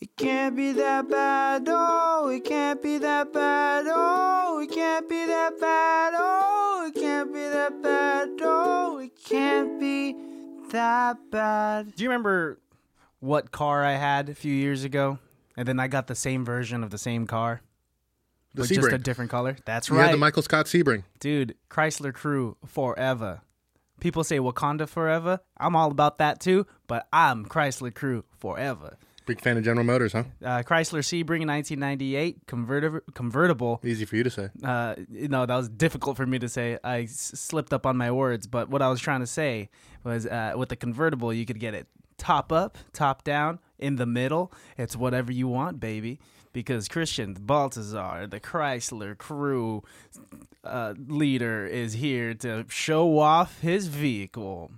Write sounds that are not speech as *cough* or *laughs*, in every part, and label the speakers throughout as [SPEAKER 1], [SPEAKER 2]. [SPEAKER 1] It can't be that bad, oh, it can't be that bad, oh, it can't be that bad, oh, it can't be that bad, oh, it can't be that bad.
[SPEAKER 2] Do you remember what car I had a few years ago? And then I got the same version of the same car,
[SPEAKER 3] The
[SPEAKER 2] but just a
[SPEAKER 3] Sebring.
[SPEAKER 2] different color. That's
[SPEAKER 3] You
[SPEAKER 2] right.
[SPEAKER 3] had the Michael Scott Sebring.
[SPEAKER 2] Dude, Chrysler crew forever. People say Wakanda forever. I'm all about that too, but I'm Chrysler crew forever.
[SPEAKER 3] Big fan of General Motors, huh?
[SPEAKER 2] Uh, Chrysler Sebring 1998 convertible convertible.
[SPEAKER 3] Easy for you to say.
[SPEAKER 2] Uh, you know, that was difficult for me to say. I s- slipped up on my words, but what I was trying to say was uh, with the convertible, you could get it top up, top down, in the middle. It's whatever you want, baby. Because Christian Baltazar, the Chrysler crew uh, leader, is here to show off his vehicle.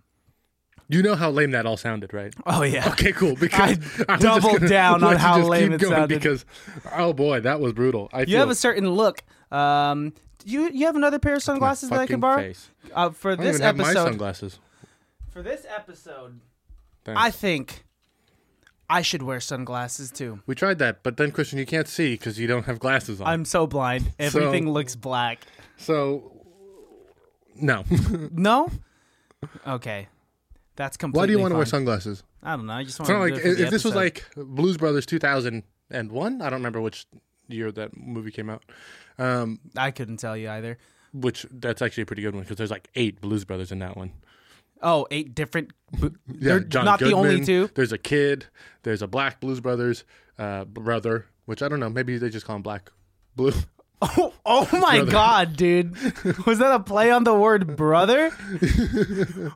[SPEAKER 3] You know how lame that all
[SPEAKER 2] *laughs*
[SPEAKER 3] sounded, right?
[SPEAKER 2] Oh, yeah.
[SPEAKER 3] Okay,
[SPEAKER 2] *laughs*
[SPEAKER 3] cool. Because
[SPEAKER 2] I
[SPEAKER 3] was just
[SPEAKER 2] doubled
[SPEAKER 3] gonna
[SPEAKER 2] down
[SPEAKER 3] let
[SPEAKER 2] on
[SPEAKER 3] you
[SPEAKER 2] how
[SPEAKER 3] just
[SPEAKER 2] lame
[SPEAKER 3] keep
[SPEAKER 2] it
[SPEAKER 3] going
[SPEAKER 2] sounded.
[SPEAKER 3] Because, oh boy, that was brutal. I
[SPEAKER 2] You
[SPEAKER 3] feel
[SPEAKER 2] have a certain look. Um, you, you have another pair of sunglasses that I
[SPEAKER 3] fucking
[SPEAKER 2] can borrow?
[SPEAKER 3] face.
[SPEAKER 2] Uh, for
[SPEAKER 3] I don't
[SPEAKER 2] this
[SPEAKER 3] even have my
[SPEAKER 2] episode,
[SPEAKER 3] sunglasses.
[SPEAKER 2] for this episode,
[SPEAKER 3] Thanks.
[SPEAKER 2] I think I should wear sunglasses too.
[SPEAKER 3] we tried that, but then Christian, you can't see because you don't have glasses on.
[SPEAKER 2] I'm so blind. Everything looks black.
[SPEAKER 3] so, no. *laughs*
[SPEAKER 2] No? Okay. That's completely
[SPEAKER 3] Why do you want to wear
[SPEAKER 2] fine.
[SPEAKER 3] sunglasses?
[SPEAKER 2] I don't know. I just want
[SPEAKER 3] It's not
[SPEAKER 2] to
[SPEAKER 3] like
[SPEAKER 2] do it
[SPEAKER 3] if
[SPEAKER 2] for the
[SPEAKER 3] this
[SPEAKER 2] episode.
[SPEAKER 3] was like Blues Brothers 2001. I don't remember which year that movie came out. Um,
[SPEAKER 2] I couldn't tell you either.
[SPEAKER 3] which that's actually a pretty good one because there's like eight Blues Brothers in that one.
[SPEAKER 2] Oh, eight different bo-
[SPEAKER 3] *laughs* Yeah,
[SPEAKER 2] They're
[SPEAKER 3] John
[SPEAKER 2] not the only
[SPEAKER 3] Goodman,
[SPEAKER 2] two. *laughs*
[SPEAKER 3] There's a kid. There's a black Blues Brothers uh, brother, which I don't know. Maybe they just call him Black Blue. *laughs*
[SPEAKER 2] Oh, oh my god, dude. Was that a play on the word
[SPEAKER 3] *laughs*
[SPEAKER 2] brother?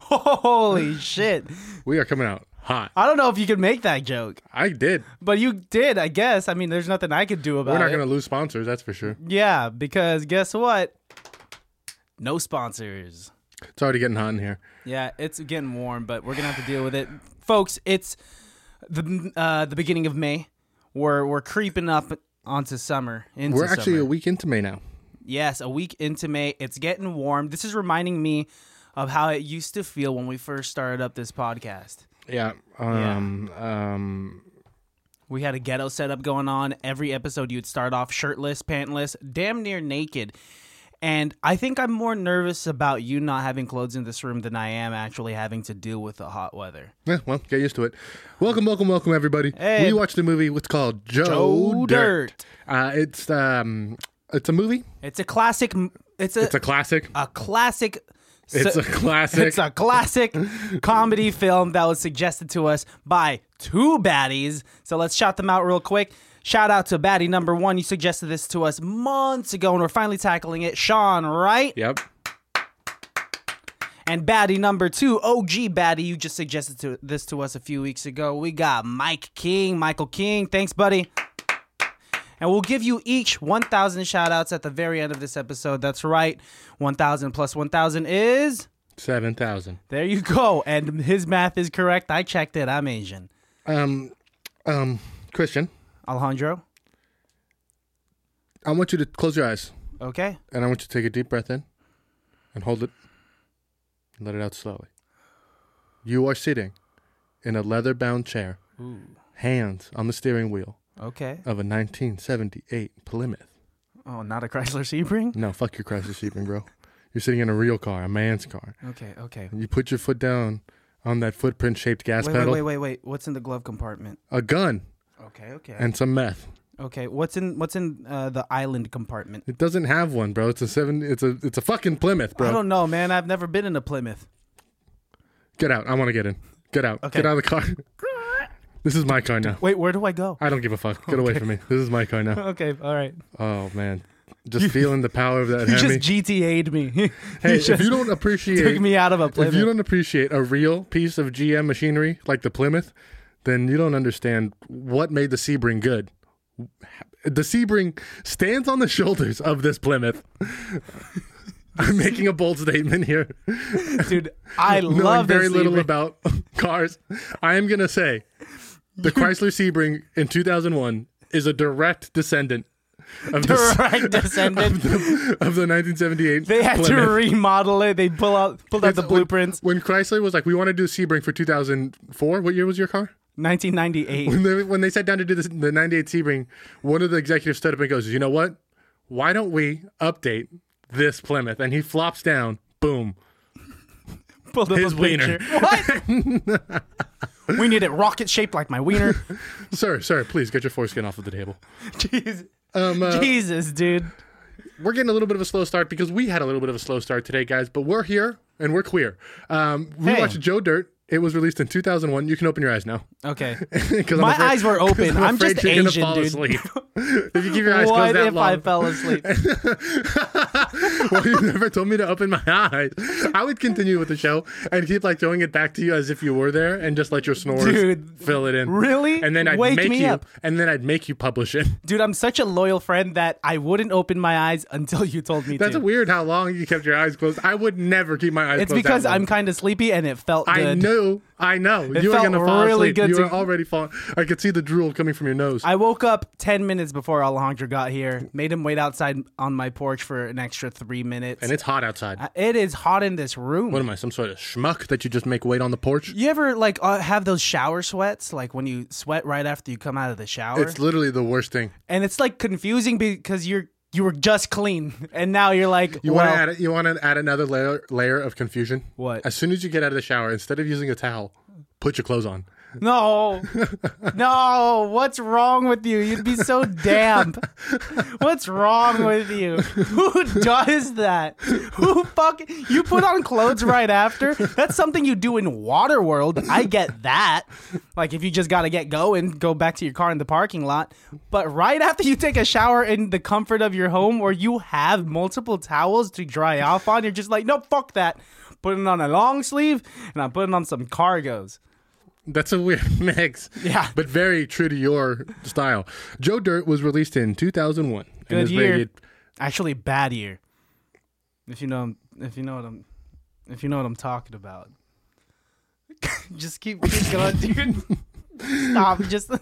[SPEAKER 2] Holy shit.
[SPEAKER 3] We are coming out hot.
[SPEAKER 2] I don't know if you could make that joke,
[SPEAKER 3] I did.
[SPEAKER 2] but you did, I guess. I mean, there's nothing I could do about
[SPEAKER 3] We're
[SPEAKER 2] it.
[SPEAKER 3] not going to lose sponsors, that's for sure.
[SPEAKER 2] Yeah, because guess what? No sponsors.
[SPEAKER 3] It's already getting hot in here.
[SPEAKER 2] Yeah, it's getting warm, but we're gonna have to deal with it, folks. It's the uh, the beginning of May. We're we're creeping up onto summer. Into
[SPEAKER 3] We're actually
[SPEAKER 2] summer.
[SPEAKER 3] a week into May now.
[SPEAKER 2] yes, a week into May. It's getting warm. This is reminding me of how it used to feel when we first started up this podcast.
[SPEAKER 3] Yeah. Um, um,
[SPEAKER 2] We had a ghetto setup going on. Every episode, you'd start off shirtless, pantless, damn near naked. And I think I'm more nervous about you not having clothes in this room than I am actually having to deal with the hot weather.
[SPEAKER 3] yeah, well, get used to it. Welcome, welcome, welcome, everybody.
[SPEAKER 2] Hey.
[SPEAKER 3] We watched the movie. What's called Joe,
[SPEAKER 2] Joe Dirt.
[SPEAKER 3] Uh, it's um, it's a movie.
[SPEAKER 2] It's a classic. m- It's a,
[SPEAKER 3] It's a classic.
[SPEAKER 2] a classic.
[SPEAKER 3] It's a classic.
[SPEAKER 2] It's a classic
[SPEAKER 3] *laughs*
[SPEAKER 2] comedy film that was suggested to us by two baddies. So let's shout them out real quick. Shout out to baddie number one. You suggested this to us months ago, and we're finally tackling it. Sean, right?
[SPEAKER 3] yep.
[SPEAKER 2] And baddie number two, OG baddie, you just suggested to, this to us a few weeks ago. We got Mike King, Michael King. Thanks, buddy. And we'll give you each 1,000 shout outs at the very end of this episode. That's right. 1,000 plus 1,000 is.
[SPEAKER 3] Seven thousand.
[SPEAKER 2] There you go. And his math is correct. I checked it. I'm Asian.
[SPEAKER 3] Um, um, Christian,
[SPEAKER 2] Alejandro?
[SPEAKER 3] I want you to close your eyes
[SPEAKER 2] Okay.
[SPEAKER 3] and I want you to take a deep breath in and hold it and let it out slowly. You are sitting in a leather bound chair, hands on the steering wheel
[SPEAKER 2] Okay.
[SPEAKER 3] of a 1978 Plymouth.
[SPEAKER 2] Oh, not a Chrysler Sebring?
[SPEAKER 3] No, fuck your Chrysler Sebring, bro. You're sitting in a real car, a man's car.
[SPEAKER 2] Okay, okay.
[SPEAKER 3] You put your foot down on that footprint shaped
[SPEAKER 2] Mm.
[SPEAKER 3] gas
[SPEAKER 2] Wait, wait,
[SPEAKER 3] pedal,
[SPEAKER 2] wait, wait, wait. What's in the glove compartment?
[SPEAKER 3] a gun,
[SPEAKER 2] Okay, okay.
[SPEAKER 3] and some meth.
[SPEAKER 2] okay, what's in what's in uh, the island compartment?
[SPEAKER 3] It doesn't have one, bro. It's a seven. It's a. It's a fucking Plymouth,
[SPEAKER 2] I
[SPEAKER 3] bro.
[SPEAKER 2] don't know, man. I've never been in a Plymouth.
[SPEAKER 3] Get out. I want to get in. Get out.
[SPEAKER 2] Okay.
[SPEAKER 3] Get out of
[SPEAKER 2] *laughs*
[SPEAKER 3] the car. this is my car now.
[SPEAKER 2] Wait, where do I go?
[SPEAKER 3] I don't give a fuck. Get away from me. This is my
[SPEAKER 2] *laughs*
[SPEAKER 3] car now.
[SPEAKER 2] Okay, all right.
[SPEAKER 3] Oh man, just feeling the power of
[SPEAKER 2] *laughs*
[SPEAKER 3] that
[SPEAKER 2] You
[SPEAKER 3] Hemi.
[SPEAKER 2] just GTA'd me. *laughs* you
[SPEAKER 3] hey, if
[SPEAKER 2] just
[SPEAKER 3] you don't appreciate,
[SPEAKER 2] took me out of a
[SPEAKER 3] if
[SPEAKER 2] Plymouth.
[SPEAKER 3] you don't appreciate a real piece of GM machinery like the Plymouth, then you don't understand what made the Sebring good. The Sebring stands on the shoulders of this Plymouth. *laughs* I'm making a bold statement here. *laughs*
[SPEAKER 2] Dude, I
[SPEAKER 3] knowing
[SPEAKER 2] love
[SPEAKER 3] very
[SPEAKER 2] this
[SPEAKER 3] little
[SPEAKER 2] Sebring. *laughs*
[SPEAKER 3] about *laughs* cars. I am gonna say the Chrysler Sebring in 2001 is a direct descendant of the,
[SPEAKER 2] Direct descendant.
[SPEAKER 3] *laughs* of the, of the 1978.
[SPEAKER 2] They had to
[SPEAKER 3] Plymouth.
[SPEAKER 2] remodel it. They pull out pulled out
[SPEAKER 3] It's
[SPEAKER 2] the
[SPEAKER 3] when-
[SPEAKER 2] blueprints.
[SPEAKER 3] When, Chrysler was like, "We want to do a Sebring for 2004." What year was your car? *laughs*
[SPEAKER 2] 1998.
[SPEAKER 3] when they, when they sat down to do this, the 98 Sebring, one of the executives stood up and goes, You know what? Why don't we update this Plymouth? And he flops down, boom.
[SPEAKER 2] Pulled up
[SPEAKER 3] His
[SPEAKER 2] a
[SPEAKER 3] wiener.
[SPEAKER 2] picture. What?
[SPEAKER 3] *laughs*
[SPEAKER 2] we need it rocket shaped like my wiener. *laughs*
[SPEAKER 3] sir, sir, please get your foreskin off of the table.
[SPEAKER 2] Jesus.
[SPEAKER 3] Um, uh,
[SPEAKER 2] Jesus, dude.
[SPEAKER 3] we're getting a little bit of a slow start because we had a little bit of a slow start today, guys, but we're here and we're queer. Um, we
[SPEAKER 2] Hey.
[SPEAKER 3] watched Joe Dirt. It was released in 2001. You can open your eyes now. *laughs*
[SPEAKER 2] Okay.
[SPEAKER 3] 'Cause I'm
[SPEAKER 2] My
[SPEAKER 3] afraid-
[SPEAKER 2] eyes were
[SPEAKER 3] *laughs* 'cause
[SPEAKER 2] open. I'm
[SPEAKER 3] afraid
[SPEAKER 2] just
[SPEAKER 3] you're gonna
[SPEAKER 2] Asian,
[SPEAKER 3] fall
[SPEAKER 2] dude.
[SPEAKER 3] asleep. *laughs* if you keep your eyes closed
[SPEAKER 2] What
[SPEAKER 3] that
[SPEAKER 2] if I
[SPEAKER 3] long,
[SPEAKER 2] fell asleep?
[SPEAKER 3] *laughs* well, you never told me to open my eyes. I would continue with the show and keep like throwing it back to you as if you were there, and just let your snores
[SPEAKER 2] Dude,
[SPEAKER 3] fill it in.
[SPEAKER 2] really?
[SPEAKER 3] And then I'd
[SPEAKER 2] Wake
[SPEAKER 3] make
[SPEAKER 2] me
[SPEAKER 3] you,
[SPEAKER 2] up.
[SPEAKER 3] and then I'd make you publish it. *laughs*
[SPEAKER 2] Dude, I'm such a loyal friend that I wouldn't open my eyes until you told me
[SPEAKER 3] That's
[SPEAKER 2] to.
[SPEAKER 3] weird how long you kept your eyes closed. I would never keep my eyes
[SPEAKER 2] it's
[SPEAKER 3] closed. that
[SPEAKER 2] because
[SPEAKER 3] long.
[SPEAKER 2] I'm kind of sleepy and it felt good.
[SPEAKER 3] I knew, I know. you were
[SPEAKER 2] felt
[SPEAKER 3] gonna fall
[SPEAKER 2] really
[SPEAKER 3] asleep.
[SPEAKER 2] good
[SPEAKER 3] you
[SPEAKER 2] to-
[SPEAKER 3] were already falling. I could see the drool coming from your nose.
[SPEAKER 2] I woke up 10 minutes before Alejandro got here, made him wait outside on my porch for an extra three minutes. Uh,
[SPEAKER 3] and it's hot outside.
[SPEAKER 2] it is hot in this room.
[SPEAKER 3] what am I, some sort of schmuck that you just make wait on the porch?
[SPEAKER 2] you ever like uh, have those shower sweats, like when you sweat right after you come out of the shower,
[SPEAKER 3] It's literally the worst thing.
[SPEAKER 2] and it's like confusing because you're you were just clean, *laughs* and now you're like,
[SPEAKER 3] You
[SPEAKER 2] well,
[SPEAKER 3] want to add you want to add another layer layer of confusion.
[SPEAKER 2] What?
[SPEAKER 3] As soon as you get out of the shower, instead of using a towel, put your clothes on.
[SPEAKER 2] no, no, what's wrong with you? You'd be so damp. What's wrong with you? Who does that? Who fuck? You put on clothes right after? That's something you do in Waterworld. I get that. Like if you just gotta get going, go back to your car in the parking lot. But right after you take a shower in the comfort of your home, where you have multiple towels to dry off on, you're just like, no, fuck that. Putting on a long sleeve, and I'm putting on some cargos.
[SPEAKER 3] That's a weird *laughs* mix.
[SPEAKER 2] Yeah.
[SPEAKER 3] But very true to your style. Joe Dirt was released in 2001. and
[SPEAKER 2] Good
[SPEAKER 3] is
[SPEAKER 2] year.
[SPEAKER 3] rated-
[SPEAKER 2] Actually, bad year. If you know, if you know what I'm, if you know what I'm talking about. *laughs* just keep, keep going, dude. Stop. Just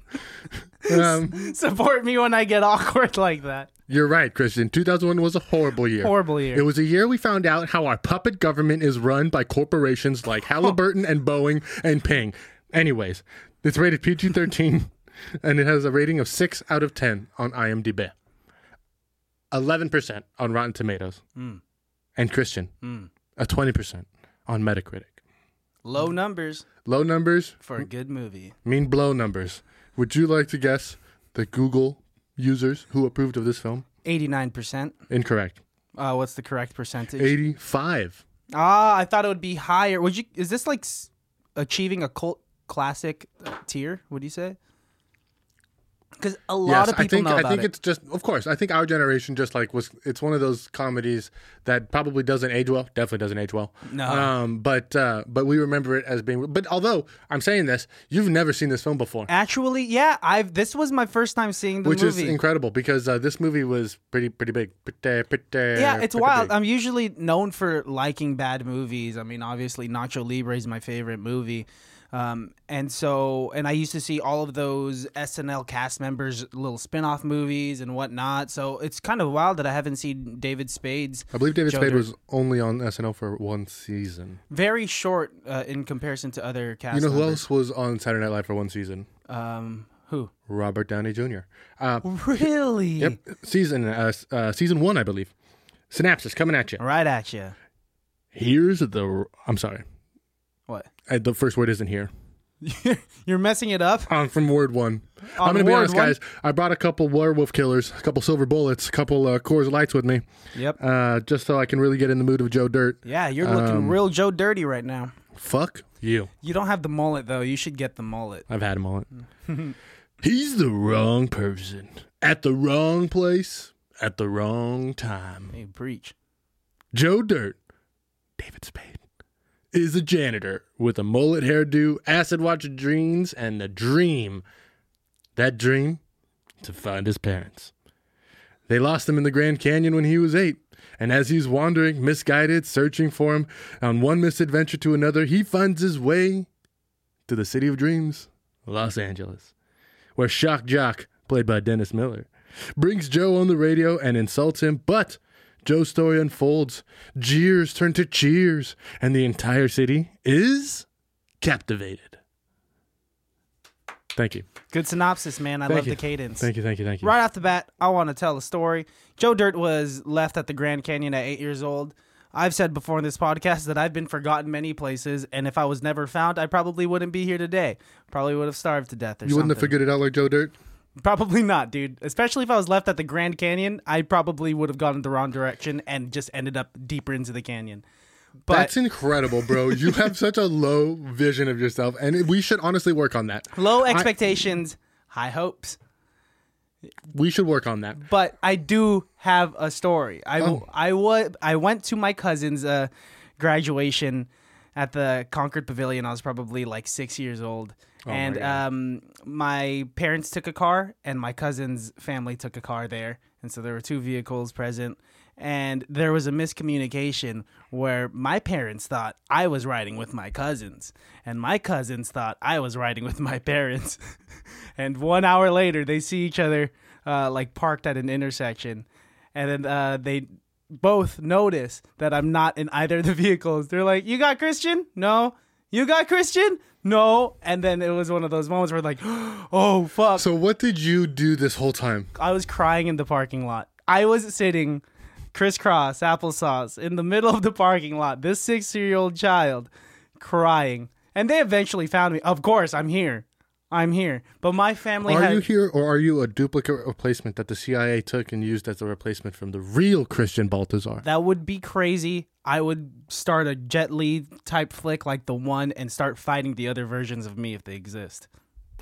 [SPEAKER 2] *laughs*
[SPEAKER 3] um,
[SPEAKER 2] support me when I get awkward like that.
[SPEAKER 3] you're right, Christian. 2001 was a horrible year.
[SPEAKER 2] Horrible year.
[SPEAKER 3] It was a year we found out how our puppet government is run by corporations like Halliburton and Boeing and Ping. Anyways, it's rated PG 13 *laughs* and it has a rating of 6 out of 10 on IMDb, 11% on Rotten Tomatoes, and Christian, a 20% on Metacritic.
[SPEAKER 2] Low numbers
[SPEAKER 3] Low numbers
[SPEAKER 2] for a good movie.
[SPEAKER 3] mean blow numbers. Would you like to guess the Google users who approved of this film?
[SPEAKER 2] Eighty-nine percent.
[SPEAKER 3] Incorrect.
[SPEAKER 2] Uh, what's the correct percentage?
[SPEAKER 3] 85.
[SPEAKER 2] Ah, I thought it would be higher. Would you? Is this like s- achieving a cult classic uh, tier? Would you say? Because a lot
[SPEAKER 3] yes,
[SPEAKER 2] of people
[SPEAKER 3] I think
[SPEAKER 2] know about
[SPEAKER 3] I think
[SPEAKER 2] it.
[SPEAKER 3] it's just of course. I think our generation just like was it's one of those comedies that probably doesn't age well. Definitely doesn't age well.
[SPEAKER 2] No.
[SPEAKER 3] Um, but uh, but we remember it as being. But although I'm saying this, you've never seen this film before,
[SPEAKER 2] Actually, yeah, I've this was my first time seeing the
[SPEAKER 3] which
[SPEAKER 2] movie.
[SPEAKER 3] is incredible because uh, this movie was pretty pretty big. Pretty, pretty,
[SPEAKER 2] yeah, it's
[SPEAKER 3] pretty
[SPEAKER 2] wild.
[SPEAKER 3] big.
[SPEAKER 2] I'm usually known for liking bad movies. I mean, obviously, Nacho Libre is my favorite movie. Um, and so, and I used to see all of those SNL cast members' little spin off movies and whatnot. So it's kind of wild that I haven't seen David Spade's
[SPEAKER 3] I believe David
[SPEAKER 2] Joe
[SPEAKER 3] Spade
[SPEAKER 2] Dirt.
[SPEAKER 3] was only on SNL for one season.
[SPEAKER 2] very short uh, in comparison to other cast
[SPEAKER 3] You know who
[SPEAKER 2] members.
[SPEAKER 3] else was on Saturday Night Live for one season?
[SPEAKER 2] Um, who?
[SPEAKER 3] Robert Downey Jr. Uh,
[SPEAKER 2] Really?
[SPEAKER 3] yep, season uh, s- uh, season one, I believe. Synapse is coming at you.
[SPEAKER 2] Right at you.
[SPEAKER 3] Here's the. I'm sorry.
[SPEAKER 2] What?
[SPEAKER 3] Uh, the first word isn't here.
[SPEAKER 2] You're messing it up?
[SPEAKER 3] On Um, from word one.
[SPEAKER 2] On
[SPEAKER 3] I'm gonna be
[SPEAKER 2] word
[SPEAKER 3] honest,
[SPEAKER 2] one?
[SPEAKER 3] guys. I brought a couple werewolf killers, a couple silver bullets, a couple uh, Coors Lights with me,
[SPEAKER 2] Yep.
[SPEAKER 3] uh, just so I can really get in the mood of Joe Dirt.
[SPEAKER 2] yeah, you're looking
[SPEAKER 3] Um,
[SPEAKER 2] real Joe Dirty right now.
[SPEAKER 3] Fuck you.
[SPEAKER 2] You don't have the mullet though. You should get the mullet.
[SPEAKER 3] I've had
[SPEAKER 2] *laughs*
[SPEAKER 3] him on it. He's the wrong person at the wrong place at the wrong time.
[SPEAKER 2] Hey, breach.
[SPEAKER 3] Joe Dirt, David Spade, is a janitor with a mullet hairdo, acid watch dreams, and a dream. That dream? To find his parents. They lost him in the Grand Canyon when he was eight, and as he's wandering, misguided, searching for him, on one misadventure to another, he finds his way to the city of dreams, Los Angeles, where Shock Jock, played by Dennis Miller, brings Joe on the radio and insults him, but Joe's story unfolds. Jeers turn to cheers, and the entire city is captivated. Thank you.
[SPEAKER 2] Good synopsis, man. I
[SPEAKER 3] Thank
[SPEAKER 2] love
[SPEAKER 3] you.
[SPEAKER 2] the cadence.
[SPEAKER 3] Thank you. Thank you. Thank you.
[SPEAKER 2] Right off the bat, I want to tell a story. Joe Dirt was left at the Grand Canyon at eight years old. I've said before in this podcast that I've been forgotten many places, and if I was never found, I probably wouldn't be here today. Probably would have starved to death or
[SPEAKER 3] You wouldn't have
[SPEAKER 2] something.
[SPEAKER 3] figured it out like Joe Dirt.
[SPEAKER 2] Probably not, dude. Especially if I was left at the Grand Canyon, I probably would have gone in the wrong direction and just ended up deeper into the canyon. But
[SPEAKER 3] That's incredible, bro.
[SPEAKER 2] *laughs*
[SPEAKER 3] you have such a low vision of yourself, and we should honestly work on that.
[SPEAKER 2] low expectations, high hopes.
[SPEAKER 3] We should work on that.
[SPEAKER 2] But I do have a story. I I wa- I went to my cousin's uh, graduation at the Concord Pavilion. I was probably like six years old, and
[SPEAKER 3] God.
[SPEAKER 2] um, my parents took a car, and my cousin's family took a car there, and so there were two vehicles present. And there was a miscommunication where my parents thought I was riding with my cousins, and my cousins thought I was riding with my parents. *laughs* and one hour later, they see each other uh, like parked at an intersection, and then uh, they both notice that I'm not in either of the *laughs* vehicles. They're like, "You got Christian? No. You got Christian? No." And then it was one of those moments where like, *gasps* "Oh fuck!"
[SPEAKER 3] So, what did you do this whole time?
[SPEAKER 2] I was crying in the parking lot. I was sitting crisscross applesauce in the middle of the parking lot. This six-year-old child crying, and they eventually found me. Of course, I'm here. I'm here. But my family
[SPEAKER 3] Are
[SPEAKER 2] had-
[SPEAKER 3] you here, or are you a duplicate replacement that the CIA took and used as a replacement from the real Christian Baltazar?
[SPEAKER 2] That would be crazy. I would start a Jet Li type flick like the one and start fighting the other versions of me if they exist.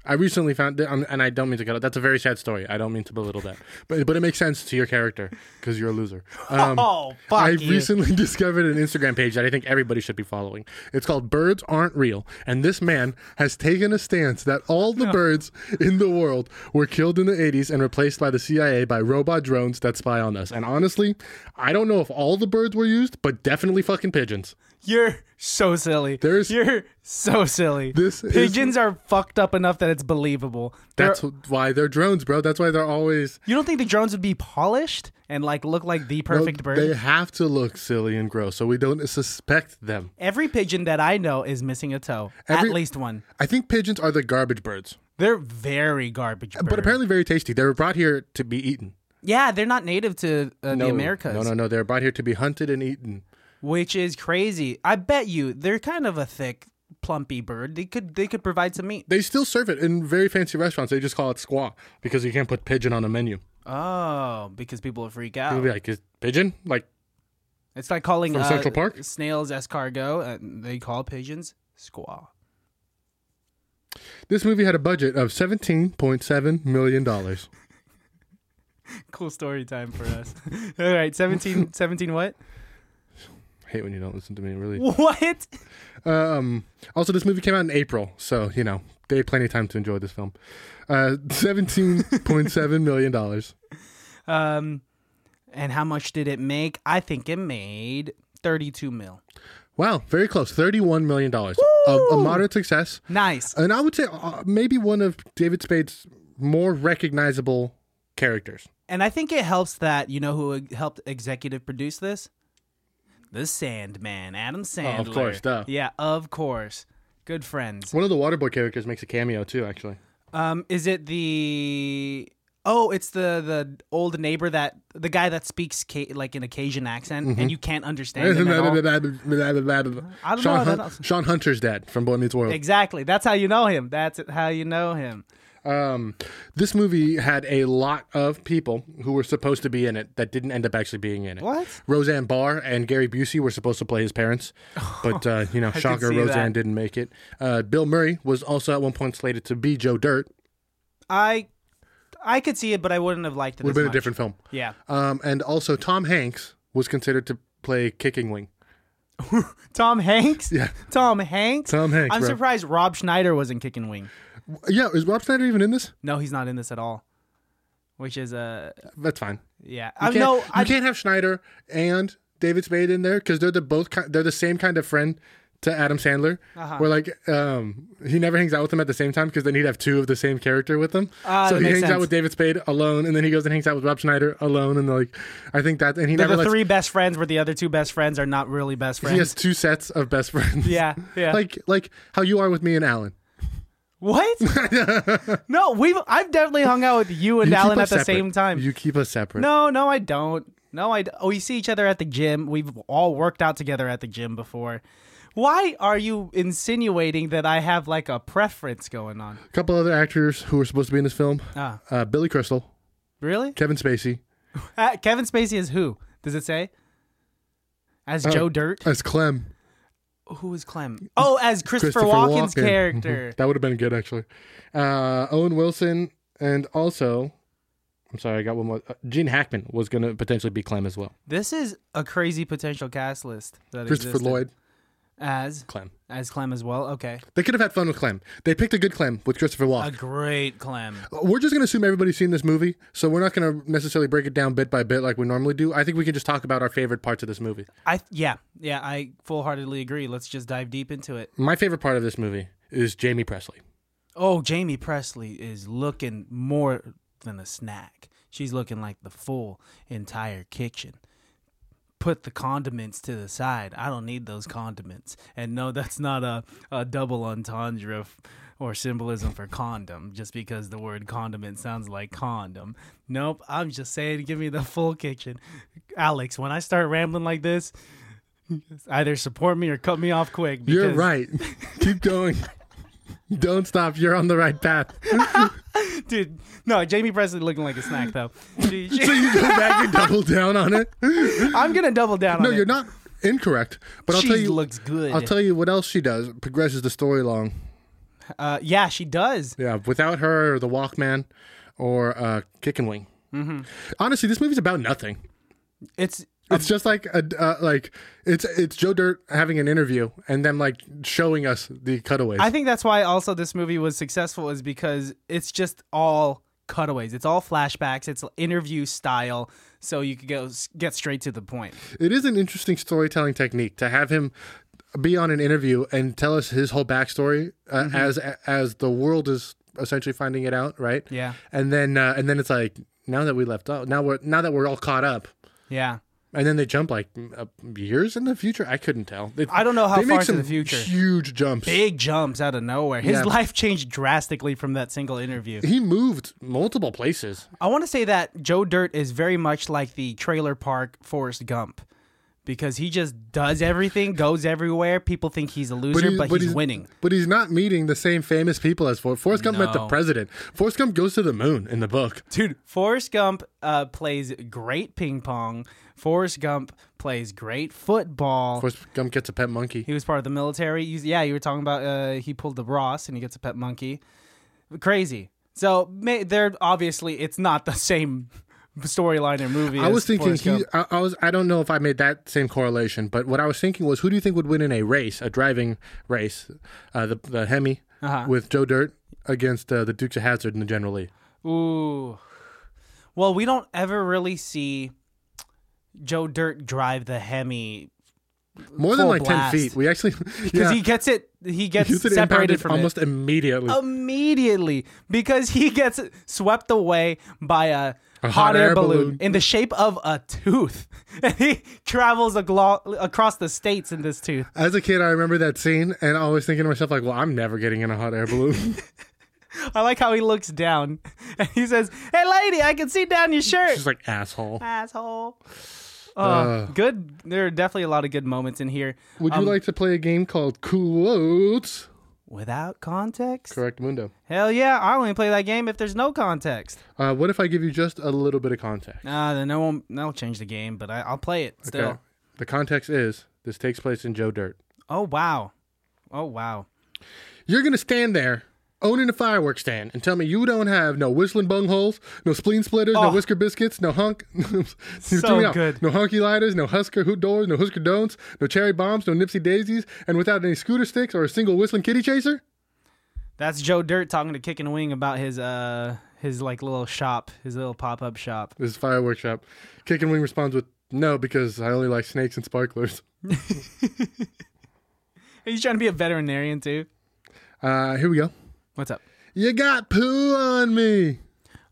[SPEAKER 3] I recently found, um, and I don't mean to cut it. That's a very sad story. I don't mean to belittle that, but but it makes sense to your character because you're a loser. Um,
[SPEAKER 2] Oh, *laughs* fuck
[SPEAKER 3] I
[SPEAKER 2] you.
[SPEAKER 3] recently *laughs* discovered an Instagram page that I think everybody should be following. It's called Birds Aren't Real, and this man has taken a stance that all the birds in the world were killed in the 80s and replaced by the CIA by robot drones that spy on us. And honestly, I don't know if all the birds were used, but definitely fucking pigeons.
[SPEAKER 2] You're so silly.
[SPEAKER 3] There's-
[SPEAKER 2] You're so silly.
[SPEAKER 3] This is-
[SPEAKER 2] Pigeons are fucked up enough that it's believable. They're-
[SPEAKER 3] That's why they're drones, bro. That's why they're always
[SPEAKER 2] you don't think the drones would be polished and like look like the perfect bird?
[SPEAKER 3] They have to look silly and gross, so we don't suspect them.
[SPEAKER 2] Every pigeon that I know is missing a toe.
[SPEAKER 3] Every-
[SPEAKER 2] At least one.
[SPEAKER 3] I think pigeons are the garbage birds,
[SPEAKER 2] They're very garbage.
[SPEAKER 3] Uh, but
[SPEAKER 2] bird.
[SPEAKER 3] apparently very tasty. They were brought here to be eaten.
[SPEAKER 2] yeah, they're not native to uh, the Americas.
[SPEAKER 3] No, no, no. They were brought here to be hunted and eaten.
[SPEAKER 2] which is crazy. I bet you they're kind of a thick, plumpy bird. They could they could provide some meat.
[SPEAKER 3] They still serve it in very fancy restaurants. They just call it squaw because you can't put pigeon on a menu.
[SPEAKER 2] Oh, because people will freak out.
[SPEAKER 3] You'll be like, is pigeon? Like,
[SPEAKER 2] It's like calling
[SPEAKER 3] From
[SPEAKER 2] uh,
[SPEAKER 3] Central Park?
[SPEAKER 2] snails escargot. And they call pigeons squaw.
[SPEAKER 3] this movie had a budget of $17.7 million.
[SPEAKER 2] Cool story time for us. *laughs* All right,
[SPEAKER 3] *laughs*
[SPEAKER 2] 17, 17 what?
[SPEAKER 3] hate when you don't listen to me, really.
[SPEAKER 2] What?
[SPEAKER 3] Um, also, this movie came out in April, so, you know, they had plenty of time to enjoy this film. Uh, *laughs* $17.7 million.
[SPEAKER 2] Um, and how much did it make? I think it made thirty-two mil.
[SPEAKER 3] Wow, very close. $31 million. A, a moderate success.
[SPEAKER 2] Nice.
[SPEAKER 3] And I would say uh, maybe one of David Spade's more recognizable characters.
[SPEAKER 2] And I think it helps that you know who e, helped executive produce this? The Sandman, Adam Sandler.
[SPEAKER 3] Oh, of course, duh.
[SPEAKER 2] Yeah, of course. Good friends.
[SPEAKER 3] One of the Waterboy characters makes a cameo too, actually.
[SPEAKER 2] Um, is it the? Oh, it's the the old neighbor that the guy that speaks ca- like an Cajun accent
[SPEAKER 3] Mm-hmm.
[SPEAKER 2] and you can't understand him at all. know
[SPEAKER 3] Sean,
[SPEAKER 2] that
[SPEAKER 3] Hunt-
[SPEAKER 2] also-
[SPEAKER 3] Sean Hunter's dad from Boy Meets World.
[SPEAKER 2] Exactly. That's how you know him. That's how you know him.
[SPEAKER 3] Um, this movie had a lot of people who were supposed to be in it that didn't end up actually being in it.
[SPEAKER 2] What?
[SPEAKER 3] Roseanne Barr and Gary Busey were supposed to play his parents,
[SPEAKER 2] *laughs*
[SPEAKER 3] but uh, you know, shocker,
[SPEAKER 2] see that.
[SPEAKER 3] Roseanne didn't make it. Uh, Bill Murray was also at one point slated to be Joe Dirt.
[SPEAKER 2] I I could see it, but I wouldn't have liked it.
[SPEAKER 3] Would have
[SPEAKER 2] as
[SPEAKER 3] been
[SPEAKER 2] much.
[SPEAKER 3] a different film.
[SPEAKER 2] Yeah.
[SPEAKER 3] Um, and also Tom Hanks was considered to play Kicking Wing.
[SPEAKER 2] Tom Hanks.
[SPEAKER 3] Yeah.
[SPEAKER 2] Tom Hanks.
[SPEAKER 3] *laughs* Tom Hanks,
[SPEAKER 2] I'm
[SPEAKER 3] bro.
[SPEAKER 2] surprised Rob Schneider wasn't kicking wing.
[SPEAKER 3] Yeah, is Rob Snyder even in this?
[SPEAKER 2] No, he's not in this at all. Which is a uh,
[SPEAKER 3] That's fine.
[SPEAKER 2] yeah.
[SPEAKER 3] You
[SPEAKER 2] I
[SPEAKER 3] can't,
[SPEAKER 2] know
[SPEAKER 3] you
[SPEAKER 2] Uh, I
[SPEAKER 3] can't have Schneider and David Spade in there because they're the both ki- they're the same kind of friend to Adam Sandler.
[SPEAKER 2] Uh-huh.
[SPEAKER 3] Where like um, he never hangs out with them at the same time because then he'd have two of the same character with him.
[SPEAKER 2] Ah,
[SPEAKER 3] so
[SPEAKER 2] that
[SPEAKER 3] he
[SPEAKER 2] makes
[SPEAKER 3] hangs out
[SPEAKER 2] sense.
[SPEAKER 3] with David Spade alone, and then he goes and hangs out with Rob Schneider alone, and like I think that and he
[SPEAKER 2] they're
[SPEAKER 3] never
[SPEAKER 2] the
[SPEAKER 3] lets,
[SPEAKER 2] three best friends where the other two best friends are not really best
[SPEAKER 3] he
[SPEAKER 2] friends.
[SPEAKER 3] *laughs* has two sets of best friends.
[SPEAKER 2] Yeah, yeah.
[SPEAKER 3] like like how you are with me and Alan.
[SPEAKER 2] What?
[SPEAKER 3] *laughs*
[SPEAKER 2] no, we've I've definitely hung out with you and
[SPEAKER 3] You keep
[SPEAKER 2] Alan at
[SPEAKER 3] us
[SPEAKER 2] the
[SPEAKER 3] separate.
[SPEAKER 2] same time.
[SPEAKER 3] You keep us separate.
[SPEAKER 2] No, no, I don't. No, I. d- Oh, we see each other at the gym. We've all worked out together at the gym before. Why are you insinuating that I have like a preference going on?
[SPEAKER 3] A couple other actors who were supposed to be in this film
[SPEAKER 2] Ah,
[SPEAKER 3] uh, Billy Crystal,
[SPEAKER 2] really?
[SPEAKER 3] Kevin Spacey,
[SPEAKER 2] Uh, Kevin Spacey is who? Does it say?
[SPEAKER 3] Uh,
[SPEAKER 2] As Joe Dirt?
[SPEAKER 3] as Clem.
[SPEAKER 2] Who is Clem? Oh, as Christopher,
[SPEAKER 3] Christopher
[SPEAKER 2] Walken's
[SPEAKER 3] Walken. Mm-hmm.
[SPEAKER 2] character.
[SPEAKER 3] That would have been good, actually. Uh, Owen Wilson, and also, I'm sorry, I got one more. Uh, Gene Hackman was going to potentially be Clem as well.
[SPEAKER 2] This is a crazy potential cast list. That
[SPEAKER 3] Christopher
[SPEAKER 2] existed.
[SPEAKER 3] Lloyd,
[SPEAKER 2] As
[SPEAKER 3] Clem.
[SPEAKER 2] as Clem as well. Okay.
[SPEAKER 3] They could have had fun with Clem. They picked a good Clem with Christopher
[SPEAKER 2] A
[SPEAKER 3] Walken.
[SPEAKER 2] great Clem.
[SPEAKER 3] we're just going to assume everybody's seen this movie, so we're not going to necessarily break it down bit by bit like we normally do. I think we can just talk about our favorite parts of this movie.
[SPEAKER 2] I yeah, yeah, I full heartedly agree. Let's just dive deep into it.
[SPEAKER 3] My favorite part of this movie is Jamie Presley.
[SPEAKER 2] Oh, Jamie Presley is looking more than a snack. She's looking like the full entire kitchen. Put the condiments to the side. I don't need those condiments. And no, *laughs* that's not a, a double entendre f- or symbolism for condom, just because the word condiment sounds like condom. Nope, I'm just saying, give me the full kitchen. Alex, when I start rambling like this, *laughs* either support me or cut me off quick.
[SPEAKER 3] You're
[SPEAKER 2] because- *laughs*
[SPEAKER 3] right. Keep going. Don't stop. You're on the right path.
[SPEAKER 2] Dude, no, Jamie Presley looking like a snack
[SPEAKER 3] *laughs*
[SPEAKER 2] though. She- she-
[SPEAKER 3] Go back
[SPEAKER 2] *laughs*
[SPEAKER 3] and double down on it.
[SPEAKER 2] I'm gonna double down
[SPEAKER 3] No,
[SPEAKER 2] on
[SPEAKER 3] you're
[SPEAKER 2] it.
[SPEAKER 3] not incorrect. But I'll
[SPEAKER 2] she
[SPEAKER 3] tell you,
[SPEAKER 2] looks good.
[SPEAKER 3] I'll tell you what else she does. Progresses the story along.
[SPEAKER 2] uh, yeah, she does.
[SPEAKER 3] Yeah, without her or the Walkman or uh, Kick and Wing.
[SPEAKER 2] Mm-hmm.
[SPEAKER 3] Honestly, this movie's about nothing.
[SPEAKER 2] It's
[SPEAKER 3] It's just like a uh, like it's it's Joe Dirt having an interview and then like showing us the cutaways.
[SPEAKER 2] I think that's why also this movie was successful is because it's just all cutaways. It's all flashbacks. It's interview style, so you could go s- get straight to the point.
[SPEAKER 3] it is an interesting storytelling technique to have him be on an interview and tell us his whole backstory uh,
[SPEAKER 2] Mm-hmm.
[SPEAKER 3] as as the world is essentially finding it out, right?
[SPEAKER 2] Yeah.
[SPEAKER 3] And then uh, and then it's like now that we left out, now we're now that we're all caught up,
[SPEAKER 2] Yeah.
[SPEAKER 3] and then they jump like uh, years in the future. I couldn't tell. It-
[SPEAKER 2] I don't know how
[SPEAKER 3] they make
[SPEAKER 2] far into
[SPEAKER 3] some
[SPEAKER 2] the future.
[SPEAKER 3] Huge jumps.
[SPEAKER 2] Big jumps out of nowhere. His
[SPEAKER 3] Yeah.
[SPEAKER 2] life changed drastically from that single interview.
[SPEAKER 3] He moved multiple places.
[SPEAKER 2] I want to say that Joe Dirt is very much like the trailer park Forrest Gump because he just does everything, goes everywhere. People think he's a loser, but,
[SPEAKER 3] he-
[SPEAKER 2] he's, winning.
[SPEAKER 3] But he's not meeting the same famous people as For Forrest Gump met the
[SPEAKER 2] No.
[SPEAKER 3] president. Forrest Gump goes to the moon in the book.
[SPEAKER 2] Dude, Forrest Gump uh, plays great ping pong. Forrest Gump plays great football.
[SPEAKER 3] Forrest Gump gets a pet monkey.
[SPEAKER 2] he was part of the military. You, yeah, you were talking about uh, he pulled the Ross and he gets a pet monkey. Crazy. So may, they're obviously it's not the *laughs* same storyline or movie.
[SPEAKER 3] I
[SPEAKER 2] as
[SPEAKER 3] was thinking
[SPEAKER 2] Forrest Gump.
[SPEAKER 3] he. I, I was. I don't know if I made that same correlation, but what I was thinking was, who do you think would win in a race, a driving race, uh, the the Hemi
[SPEAKER 2] Uh-huh.
[SPEAKER 3] with Joe Dirt against uh, the Dukes of Hazard and the General Lee?
[SPEAKER 2] Ooh. Well, we don't ever really see Joe Dirt drive the Hemi
[SPEAKER 3] More than
[SPEAKER 2] Full
[SPEAKER 3] like
[SPEAKER 2] blast.
[SPEAKER 3] ten feet. We actually *laughs*
[SPEAKER 2] because
[SPEAKER 3] yeah,
[SPEAKER 2] he gets it. He gets
[SPEAKER 3] gets it impounded
[SPEAKER 2] separated from Oh.
[SPEAKER 3] almost immediately.
[SPEAKER 2] it immediately because he gets swept away by a.
[SPEAKER 3] A
[SPEAKER 2] hot air, balloon, in the shape of a tooth. *laughs* And he travels aglo- across the states in this tooth.
[SPEAKER 3] As a kid, I remember that scene, and I was thinking to myself, like, "Well, I'm never getting in a hot air balloon." *laughs*
[SPEAKER 2] I like how he looks down *laughs* and he says, Hey, lady, I can see down your shirt.
[SPEAKER 3] *laughs* She's like, "Asshole."
[SPEAKER 2] Asshole. Uh, good. There are definitely a lot of good moments in here.
[SPEAKER 3] Would you like to play a game called Quotes?
[SPEAKER 2] Without context?
[SPEAKER 3] Correct, Mundo.
[SPEAKER 2] Hell yeah, I only play that game if there's no context.
[SPEAKER 3] Uh, what if I give you just a little bit of context?
[SPEAKER 2] Nah, then I won't. That'll change the game, but I, I'll play it still.
[SPEAKER 3] Okay. The context is this takes place in Joe Dirt.
[SPEAKER 2] Oh wow, oh wow.
[SPEAKER 3] You're gonna stand there owning a fireworks stand and tell me you don't have no whistling bungholes, no spleen splitters, no
[SPEAKER 2] Oh.
[SPEAKER 3] whisker biscuits, no hunk, *laughs* you
[SPEAKER 2] So
[SPEAKER 3] me off.
[SPEAKER 2] good.
[SPEAKER 3] no honky lighters, no husker hoot doors, no husker don'ts, no cherry bombs, no nipsey daisies, and without any scooter sticks or a single whistling kitty chaser.
[SPEAKER 2] That's Joe Dirt talking to Kick and Wing about his uh his like little shop, his little pop up shop.
[SPEAKER 3] This is fireworks shop. Kick and Wing responds with no because I only like snakes and sparklers.
[SPEAKER 2] He's trying to be a veterinarian too.
[SPEAKER 3] Uh, here we go.
[SPEAKER 2] What's up?
[SPEAKER 3] You got poo on me.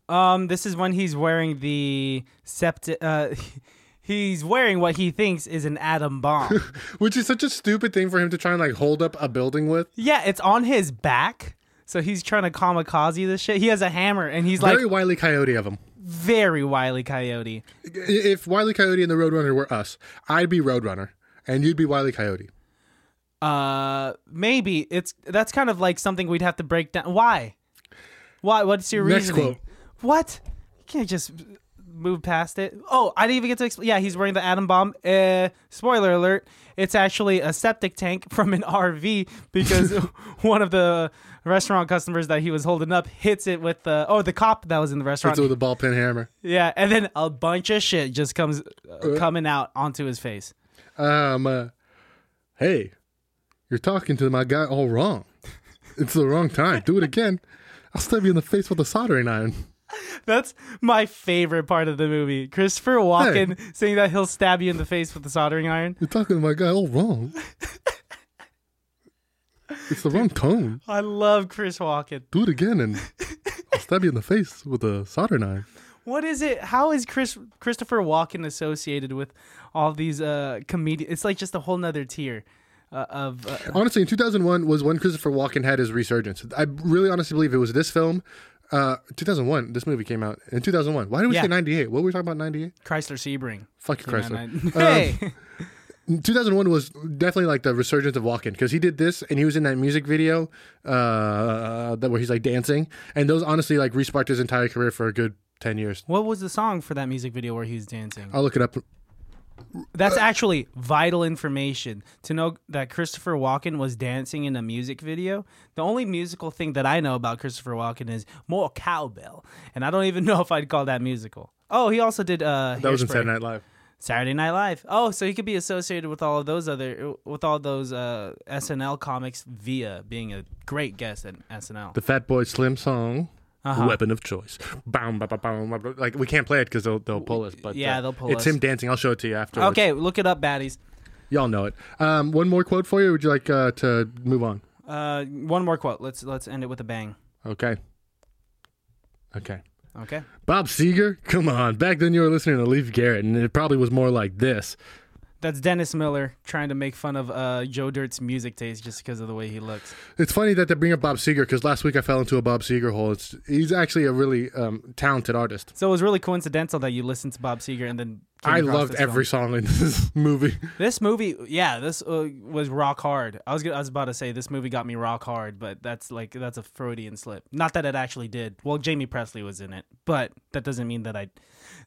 [SPEAKER 2] Um, this is when he's wearing the septi Uh, *laughs* he's wearing what he thinks is an atom
[SPEAKER 3] *laughs*
[SPEAKER 2] bomb.
[SPEAKER 3] Which is such a stupid thing for him to try and like hold up a building with.
[SPEAKER 2] yeah, it's on his back. So he's trying to kamikaze this shit. He has a hammer and he's
[SPEAKER 3] Very
[SPEAKER 2] like
[SPEAKER 3] wily coyote of him.
[SPEAKER 2] very wily coyote.
[SPEAKER 3] If Wily Coyote and the Roadrunner were us, I'd be Roadrunner and you'd be Wily Coyote.
[SPEAKER 2] Uh maybe it's that's kind of like something we'd have to break down. Why? Why what's your
[SPEAKER 3] Next
[SPEAKER 2] reasoning?
[SPEAKER 3] quote.
[SPEAKER 2] What? You can't just move past it. Oh, I didn't even get to explain. Yeah, he's wearing the atom bomb. Uh spoiler alert. It's actually a septic tank *laughs* from an RV
[SPEAKER 3] *laughs*
[SPEAKER 2] because one of the restaurant customers that he was holding up hits it with the oh, the cop that was in the restaurant
[SPEAKER 3] It's with a ball pin hammer.
[SPEAKER 2] Yeah, and then a bunch of shit just comes uh, coming out onto his face.
[SPEAKER 3] Um, uh, hey, you're talking to my guy all wrong. It's the wrong time. Do it again. I'll stab you in the face with a soldering iron.
[SPEAKER 2] That's my favorite part of the movie. Christopher Walken saying that he'll stab you in the face with a soldering iron.
[SPEAKER 3] You're talking to my guy all wrong. It's the wrong tone.
[SPEAKER 2] I love Chris Walken.
[SPEAKER 3] Do it again and I'll stab you in the face with a soldering iron.
[SPEAKER 2] What is it? How is Chris Christopher Walken associated with all these uh comedians? It's like just a whole nother tier uh, of uh,
[SPEAKER 3] Honestly, in 2001 was when Christopher Walken had his resurgence. I really honestly believe it was this film. Uh, 2001, this movie came out in 2001. Why did we
[SPEAKER 2] Yeah.
[SPEAKER 3] say 98? What were we talking about 98?
[SPEAKER 2] Chrysler Sebring.
[SPEAKER 3] Fuck you, Chrysler.
[SPEAKER 2] Hey, *laughs*
[SPEAKER 3] 2001 was definitely like the resurgence of Walken because he did this and he was in that music video uh, that where he's like dancing and those honestly like resparked his entire career for a good 10 years.
[SPEAKER 2] what was the song for that music video where he's dancing?
[SPEAKER 3] I'll look it up.
[SPEAKER 2] That's actually vital information to know that Christopher Walken was dancing in a music video. The only musical thing that I know about Christopher Walken is more cowbell, and I don't even *laughs* know if I'd call that musical. Oh, he also did uh,
[SPEAKER 3] That was in
[SPEAKER 2] Hairspray.
[SPEAKER 3] Saturday Night Live.
[SPEAKER 2] Saturday Night Live. Oh, so he could be associated with all of those other with all those uh, SNL comics via being a great guest at SNL.
[SPEAKER 3] The Fat Boy Slim song,
[SPEAKER 2] Uh-huh.
[SPEAKER 3] weapon of choice. Bow, bow, bow, bow, bow. Like we can't play it because they'll they'll pull us. But
[SPEAKER 2] Yeah,
[SPEAKER 3] uh,
[SPEAKER 2] they'll pull
[SPEAKER 3] It's
[SPEAKER 2] us.
[SPEAKER 3] him dancing. I'll show it to you afterwards.
[SPEAKER 2] Okay, look it up, baddies.
[SPEAKER 3] y'all know it. Um, one more quote for you. Or would you like uh, to move on?
[SPEAKER 2] Uh, one more quote. Let's let's end it with a bang.
[SPEAKER 3] Okay. Okay.
[SPEAKER 2] Okay.
[SPEAKER 3] Bob Seeger, come on. Back then you were listening to Leaf Garrett, and it probably was more like this.
[SPEAKER 2] That's Dennis Miller trying to make fun of uh, Joe Dirt's music taste just because of the way he looks.
[SPEAKER 3] It's funny that they bring up Bob Seger because last week I fell into a Bob Seger hole. It's, he's actually a really um, talented artist.
[SPEAKER 2] So it was really coincidental that you listened to Bob Seger and then came
[SPEAKER 3] I
[SPEAKER 2] across
[SPEAKER 3] loved
[SPEAKER 2] this
[SPEAKER 3] every
[SPEAKER 2] film.
[SPEAKER 3] song in this *laughs* movie.
[SPEAKER 2] This movie, yeah, this uh, was rock hard. I was gonna, I was about to say this movie got me rock hard, but that's like that's a Freudian slip. Not that it actually did. Well, Jamie Presley was in it, but that doesn't mean that I.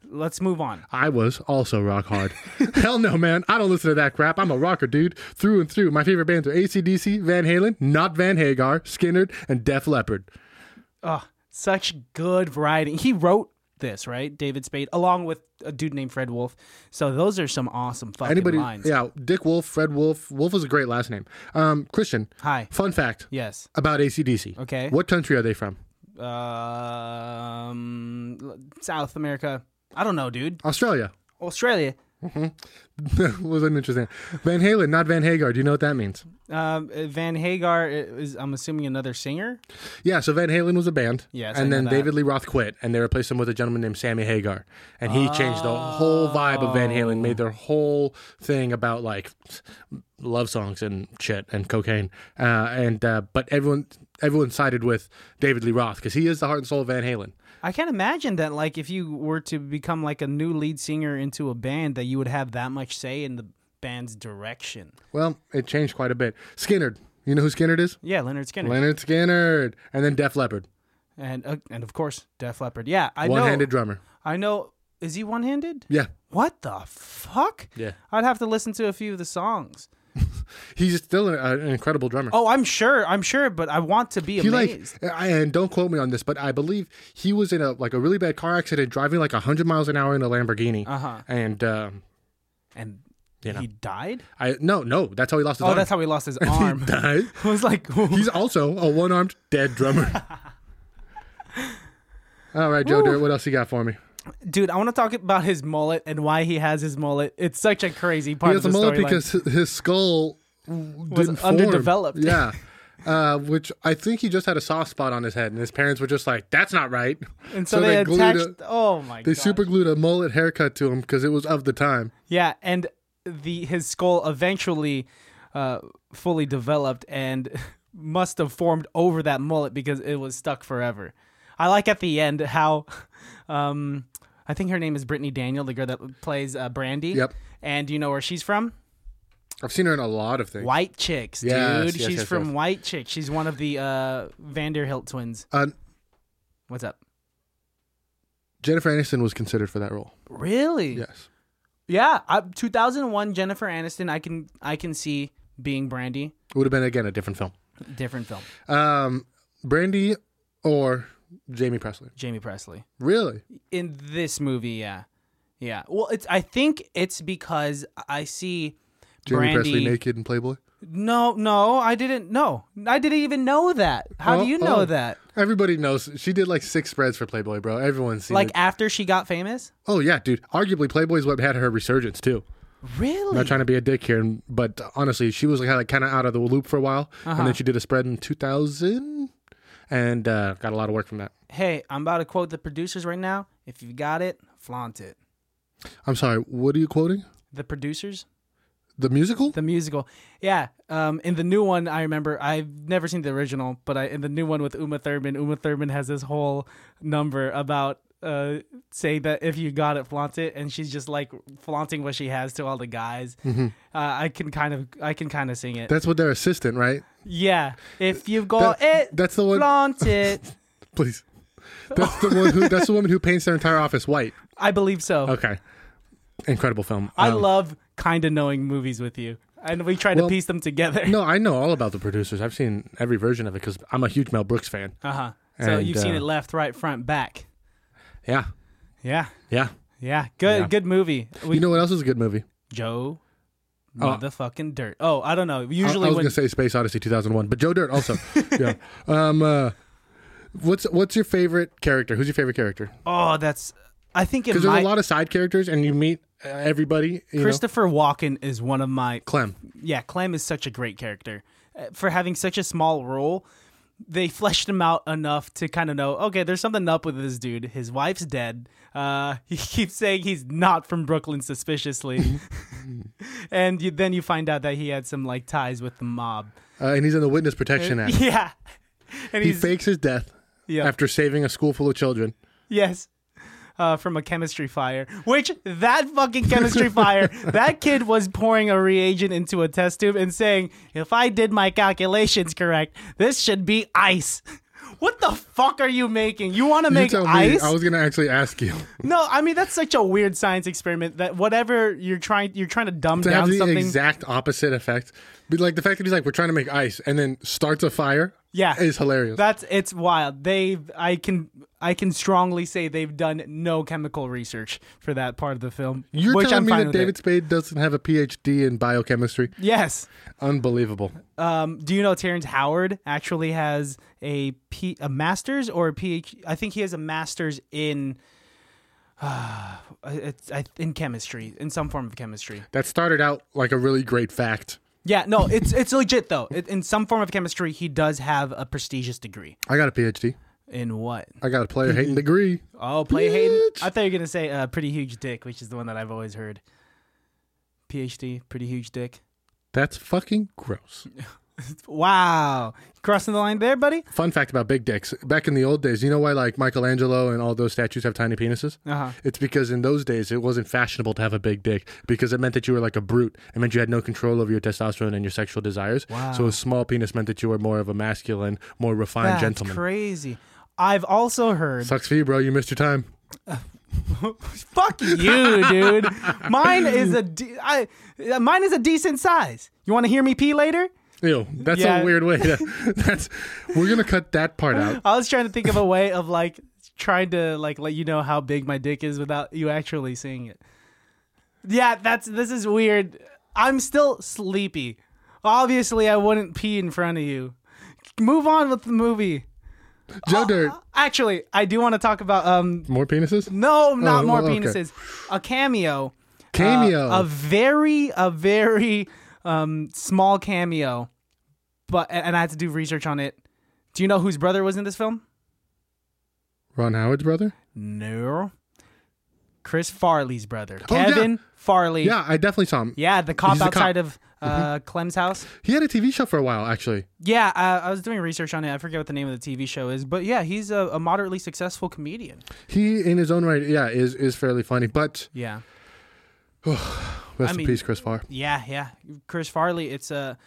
[SPEAKER 2] Let's move on.
[SPEAKER 3] I was also rock *laughs* hard. Hell no, man. I don't listen to that crap. I'm a rocker, dude, through and through. My favorite bands are ACDC, Van Halen, not Van Hagar, Skinnerd, and Def Leppard.
[SPEAKER 2] Oh, such good writing. He wrote this, right? David Spade, along with a dude named Fred Wolf. So those are some awesome fucking
[SPEAKER 3] Anybody?
[SPEAKER 2] lines.
[SPEAKER 3] Yeah, Dick Wolf, Fred Wolf. Wolf is a great last name. Um, Christian,
[SPEAKER 2] Hi.
[SPEAKER 3] fun fact
[SPEAKER 2] Yes.
[SPEAKER 3] about ACDC.
[SPEAKER 2] Okay.
[SPEAKER 3] What country are they from?
[SPEAKER 2] um, l- South America. I don't know, dude.
[SPEAKER 3] Australia. *laughs*
[SPEAKER 2] Australia.
[SPEAKER 3] Wasn't interesting. Van Halen, not Van Hagar. Do you know what that means?
[SPEAKER 2] Um, uh, Van Hagar is, I'm assuming, another singer.
[SPEAKER 3] Yeah, so Van Halen was a band.
[SPEAKER 2] Yes, I
[SPEAKER 3] And
[SPEAKER 2] know
[SPEAKER 3] then
[SPEAKER 2] that.
[SPEAKER 3] David Lee Roth quit and they replaced him with a gentleman named Sammy Hagar. And he changed the whole vibe of Van Halen, made their whole thing about like love songs and shit and cocaine. Uh, and uh, but everyone everyone sided with David Lee Roth because he is the heart and soul of Van Halen.
[SPEAKER 2] I can't imagine that, like, if you were to become like a new lead singer into a band, that you would have that much say in the band's direction.
[SPEAKER 3] Well, it changed quite a bit. Skinnerd. You know who Skinnerd is?
[SPEAKER 2] Yeah, Leonard Skinner,
[SPEAKER 3] Leonard Skinnerd. And then Def Leppard,
[SPEAKER 2] and uh, and of course Def Leppard. Yeah, I
[SPEAKER 3] one
[SPEAKER 2] know.
[SPEAKER 3] handed drummer.
[SPEAKER 2] I know. Is he one-handed?
[SPEAKER 3] Yeah.
[SPEAKER 2] What the fuck?
[SPEAKER 3] Yeah.
[SPEAKER 2] I'd have to listen to a few of the songs.
[SPEAKER 3] He's still an, an incredible drummer.
[SPEAKER 2] Oh, I'm sure. I'm sure, but I want to be
[SPEAKER 3] he
[SPEAKER 2] amazed.
[SPEAKER 3] like I- and don't quote me on this but i believe he was in a like a really bad car accident driving like 100 miles an hour in a lamborghini
[SPEAKER 2] Uh-huh.
[SPEAKER 3] and um
[SPEAKER 2] and
[SPEAKER 3] know.
[SPEAKER 2] he died.
[SPEAKER 3] i no no that's how he lost his
[SPEAKER 2] Oh,
[SPEAKER 3] arm
[SPEAKER 2] that's how he lost his arm.
[SPEAKER 3] *laughs* he died
[SPEAKER 2] *laughs* I was like,
[SPEAKER 3] he's also a one-armed
[SPEAKER 2] *laughs*
[SPEAKER 3] dead drummer all right joe Dirt, what else you got for me
[SPEAKER 2] dude, I want to talk about his mullet and why he has his mullet. It's such a crazy part
[SPEAKER 3] he has a
[SPEAKER 2] of the
[SPEAKER 3] mullet
[SPEAKER 2] storyline.
[SPEAKER 3] because hi- his skull w- didn't form.
[SPEAKER 2] underdeveloped. *laughs*
[SPEAKER 3] yeah uh, which I think he just had a soft spot on his head, and his parents were just like, "That's not right."
[SPEAKER 2] and so, they,
[SPEAKER 3] glued a-
[SPEAKER 2] attached. oh my
[SPEAKER 3] They
[SPEAKER 2] god!
[SPEAKER 3] super glued a mullet haircut to him because it was of the time.
[SPEAKER 2] yeah, and *laughs* the his skull eventually uh, fully developed and. must have formed over that mullet because it was stuck forever. I like at the end how, *laughs* um, I think her name is Brittany Daniel, the girl that plays uh, Brandy.
[SPEAKER 3] Yep.
[SPEAKER 2] And do you know where she's from?
[SPEAKER 3] I've seen her in a lot of things.
[SPEAKER 2] White Chicks,
[SPEAKER 3] Yes,
[SPEAKER 2] dude.
[SPEAKER 3] yes,
[SPEAKER 2] she's
[SPEAKER 3] yes,
[SPEAKER 2] from
[SPEAKER 3] yes.
[SPEAKER 2] White Chicks. She's one of the uh, Vanderhilt twins.
[SPEAKER 3] Uh,
[SPEAKER 2] What's up?
[SPEAKER 3] Jennifer Aniston was considered for that role.
[SPEAKER 2] Really?
[SPEAKER 3] Yes.
[SPEAKER 2] Yeah, I, 2001 Jennifer Aniston. I can I can see being Brandy.
[SPEAKER 3] It would have been, again, a different film.
[SPEAKER 2] Different film.
[SPEAKER 3] Um, Brandy or Jamie Presley.
[SPEAKER 2] Jamie Presley
[SPEAKER 3] Really?
[SPEAKER 2] in this movie. Yeah, yeah. Well, it's I think it's because I see
[SPEAKER 3] Jamie
[SPEAKER 2] Brandy.
[SPEAKER 3] Presley naked in Playboy?
[SPEAKER 2] No, no, I didn't know. I didn't even know that. How
[SPEAKER 3] Oh,
[SPEAKER 2] do you know
[SPEAKER 3] oh.
[SPEAKER 2] that?
[SPEAKER 3] Everybody knows. She did like six spreads for Playboy, bro. Everyone's seen
[SPEAKER 2] Like
[SPEAKER 3] it.
[SPEAKER 2] after she got famous?
[SPEAKER 3] Oh, yeah, dude. Arguably, Playboy's what had her resurgence, too.
[SPEAKER 2] Really?
[SPEAKER 3] I'm not trying to be a dick here, and- but honestly, she was like kind of out of the loop for a while,
[SPEAKER 2] Uh-huh.
[SPEAKER 3] and then she did a spread in 2000, and uh, got a lot of work from that.
[SPEAKER 2] hey, I'm about to quote the producers right now. If you got it, flaunt it.
[SPEAKER 3] I'm sorry, what are you quoting?
[SPEAKER 2] The producers,
[SPEAKER 3] The musical?
[SPEAKER 2] the musical, yeah. Um, in the new one, I remember I've never seen the original, but I in the new one with Uma Thurman, Uma Thurman has this whole number about uh saying that if you got it, flaunt it, and she's just like flaunting what she has to all the guys.
[SPEAKER 3] Mm-hmm.
[SPEAKER 2] Uh, I can kind of, I can kind of sing it.
[SPEAKER 3] That's with their assistant, right?
[SPEAKER 2] yeah, if you've got
[SPEAKER 3] That-
[SPEAKER 2] it,
[SPEAKER 3] that's the one.
[SPEAKER 2] flaunt it.
[SPEAKER 3] Please. That's the one who. That's the woman who paints their entire office white.
[SPEAKER 2] I believe so.
[SPEAKER 3] *laughs* Okay. Incredible film.
[SPEAKER 2] I
[SPEAKER 3] Um,
[SPEAKER 2] love kind of knowing movies with you, and we try to
[SPEAKER 3] Well,
[SPEAKER 2] piece them together.
[SPEAKER 3] No, I know all about the producers. I've seen every version of it because I'm a huge Mel Brooks fan.
[SPEAKER 2] Uh huh. So
[SPEAKER 3] And,
[SPEAKER 2] you've seen
[SPEAKER 3] uh,
[SPEAKER 2] it left, right, front, back.
[SPEAKER 3] Yeah.
[SPEAKER 2] Yeah,
[SPEAKER 3] Yeah.
[SPEAKER 2] yeah. Good,
[SPEAKER 3] Yeah.
[SPEAKER 2] good movie. We,
[SPEAKER 3] you know what else is a good movie?
[SPEAKER 2] Joe,
[SPEAKER 3] Oh.
[SPEAKER 2] motherfucking dirt. Oh, I don't know.
[SPEAKER 3] I-
[SPEAKER 2] Usually
[SPEAKER 3] I, was
[SPEAKER 2] when
[SPEAKER 3] gonna say Space Odyssey 2001, but Joe
[SPEAKER 2] *laughs*
[SPEAKER 3] Dirt also. yeah. Um. Uh, what's What's your favorite character? Who's your favorite character?
[SPEAKER 2] oh, that's. I think it
[SPEAKER 3] Because there's
[SPEAKER 2] might.
[SPEAKER 3] a lot of side characters, and you meet uh, everybody. You know?
[SPEAKER 2] Christopher Walken is one of my.
[SPEAKER 3] Clem.
[SPEAKER 2] Yeah, Clem is such a great character Uh, for having such a small role. They fleshed him out enough to kind of know, okay, there's something up with this dude. His wife's dead. Uh, *laughs* he keeps saying he's not from Brooklyn, suspiciously, *laughs*
[SPEAKER 3] Mm-hmm.
[SPEAKER 2] and you, then you find out that he had some like ties with the mob.
[SPEAKER 3] Uh, and he's in the Witness
[SPEAKER 2] *laughs*
[SPEAKER 3] Protection Act.
[SPEAKER 2] Yeah, and
[SPEAKER 3] He
[SPEAKER 2] Uh, he's
[SPEAKER 3] fakes his death
[SPEAKER 2] yeah,
[SPEAKER 3] after saving a school full of children.
[SPEAKER 2] yes, uh, from a chemistry fire. Which that fucking chemistry
[SPEAKER 3] *laughs*
[SPEAKER 2] fire, that kid was pouring a reagent into a test tube and saying, "If I did my calculations correct, this should be ice." What the fuck are you making? You want to
[SPEAKER 3] You
[SPEAKER 2] make
[SPEAKER 3] tell me.
[SPEAKER 2] ice?
[SPEAKER 3] I was gonna actually ask you
[SPEAKER 2] No, I mean that's such a weird science experiment that whatever you're trying, you're trying to dumb
[SPEAKER 3] to have
[SPEAKER 2] down
[SPEAKER 3] the
[SPEAKER 2] something.
[SPEAKER 3] exact opposite effect. But like the fact that he's like, we're trying to make ice, and then starts a fire.
[SPEAKER 2] Yeah.
[SPEAKER 3] is hilarious.
[SPEAKER 2] That's it's wild. They I can I can strongly say they've done no chemical research for that part of the film.
[SPEAKER 3] You're
[SPEAKER 2] which
[SPEAKER 3] telling
[SPEAKER 2] I'm
[SPEAKER 3] me
[SPEAKER 2] fine
[SPEAKER 3] that
[SPEAKER 2] with
[SPEAKER 3] David
[SPEAKER 2] it.
[SPEAKER 3] Spade doesn't have a PhD in biochemistry?
[SPEAKER 2] Yes.
[SPEAKER 3] Unbelievable.
[SPEAKER 2] Um, do you know Terrence Howard actually has a P, a master's or a PhD? I think he has a master's in *sighs* uh, it's, I, in chemistry, in some form of chemistry.
[SPEAKER 3] That started out like a really great fact.
[SPEAKER 2] Yeah, no, it's it's legit though. It, in some form of chemistry, he does have a prestigious degree.
[SPEAKER 3] I got a PhD.
[SPEAKER 2] In what?
[SPEAKER 3] I got a *laughs* player hating degree.
[SPEAKER 2] Oh, play Hayden.
[SPEAKER 3] Bitch.
[SPEAKER 2] I thought you were gonna say uh, "pretty huge dick," which is the one that I've always heard. PhD, pretty huge dick.
[SPEAKER 3] That's fucking gross.
[SPEAKER 2] Wow, crossing the line there, buddy.
[SPEAKER 3] Fun fact about big dicks. Back in the old days, you know why like Michelangelo and all those statues have tiny penises?
[SPEAKER 2] Uh-huh.
[SPEAKER 3] It's because in those days it wasn't fashionable to have a big dick because it meant that you were like a brute. It meant you had no control over your testosterone and your sexual desires.
[SPEAKER 2] Wow.
[SPEAKER 3] So a small penis meant that you were more of a masculine, more refined
[SPEAKER 2] That's
[SPEAKER 3] gentleman.
[SPEAKER 2] crazy. I've also heard.
[SPEAKER 3] Sucks for you, bro. You missed your time.
[SPEAKER 2] *laughs* Fuck you, dude. Mine is a de- I, uh, mine is a decent size. You want to hear me pee later?
[SPEAKER 3] Ew, that's
[SPEAKER 2] Yeah.
[SPEAKER 3] a weird way. *laughs* to- that's we're gonna cut that part out. *gasps*
[SPEAKER 2] I was trying to think of a way of like trying to like let you know how big my dick is without you actually seeing it. Yeah, that's this is weird. I'm still sleepy. Obviously, I wouldn't pee in front of you. Move on with the movie.
[SPEAKER 3] Joe Dirt,
[SPEAKER 2] Actually, I do want to talk about um
[SPEAKER 3] more penises.
[SPEAKER 2] no, not
[SPEAKER 3] Oh,
[SPEAKER 2] more
[SPEAKER 3] well, okay.
[SPEAKER 2] penises. A cameo. Uh,
[SPEAKER 3] Cameo.
[SPEAKER 2] a very a very um small cameo. But and and I had to do research on it. Do you know whose brother was in this film?
[SPEAKER 3] Ron Howard's brother.
[SPEAKER 2] No. Chris Farley's brother.
[SPEAKER 3] Oh, yeah.
[SPEAKER 2] Kevin Farley.
[SPEAKER 3] Yeah, I definitely saw him.
[SPEAKER 2] Yeah, the cop
[SPEAKER 3] He's the cop. Mm-hmm.
[SPEAKER 2] outside of uh, Clem's house.
[SPEAKER 3] He had a TV show for a while, actually.
[SPEAKER 2] Yeah, uh, I, I was doing research on it. I forget what the name of the TV show is, but yeah, he's a, a moderately successful comedian.
[SPEAKER 3] He, in his own right, yeah, is is fairly funny. But
[SPEAKER 2] Yeah,
[SPEAKER 3] rest
[SPEAKER 2] mean-
[SPEAKER 3] in peace, Chris Farr.
[SPEAKER 2] yeah, yeah. Chris Farley. It's a.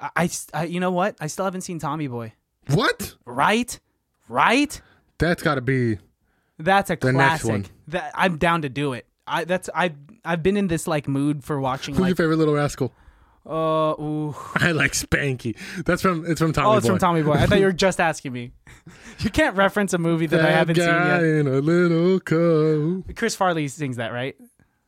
[SPEAKER 2] I, I s- I- you know what? I still haven't seen Tommy Boy.
[SPEAKER 3] What?
[SPEAKER 2] Right, right.
[SPEAKER 3] That's got to be.
[SPEAKER 2] That's a
[SPEAKER 3] next
[SPEAKER 2] classic.
[SPEAKER 3] one.
[SPEAKER 2] That I'm down to do it. I that's I I've been in this like mood for watching
[SPEAKER 3] Who's your
[SPEAKER 2] like
[SPEAKER 3] favorite Little Rascal? *laughs*
[SPEAKER 2] uh ooh.
[SPEAKER 3] I like Spanky. That's from. It's from Tommy.
[SPEAKER 2] oh it's
[SPEAKER 3] Boy.
[SPEAKER 2] from Tommy Boy. I thought you
[SPEAKER 3] *laughs*
[SPEAKER 2] were just asking me. you can't reference a movie that, I
[SPEAKER 3] That
[SPEAKER 2] haven't
[SPEAKER 3] guy
[SPEAKER 2] seen yet.
[SPEAKER 3] in a little coat.
[SPEAKER 2] Chris Farley sings that, right?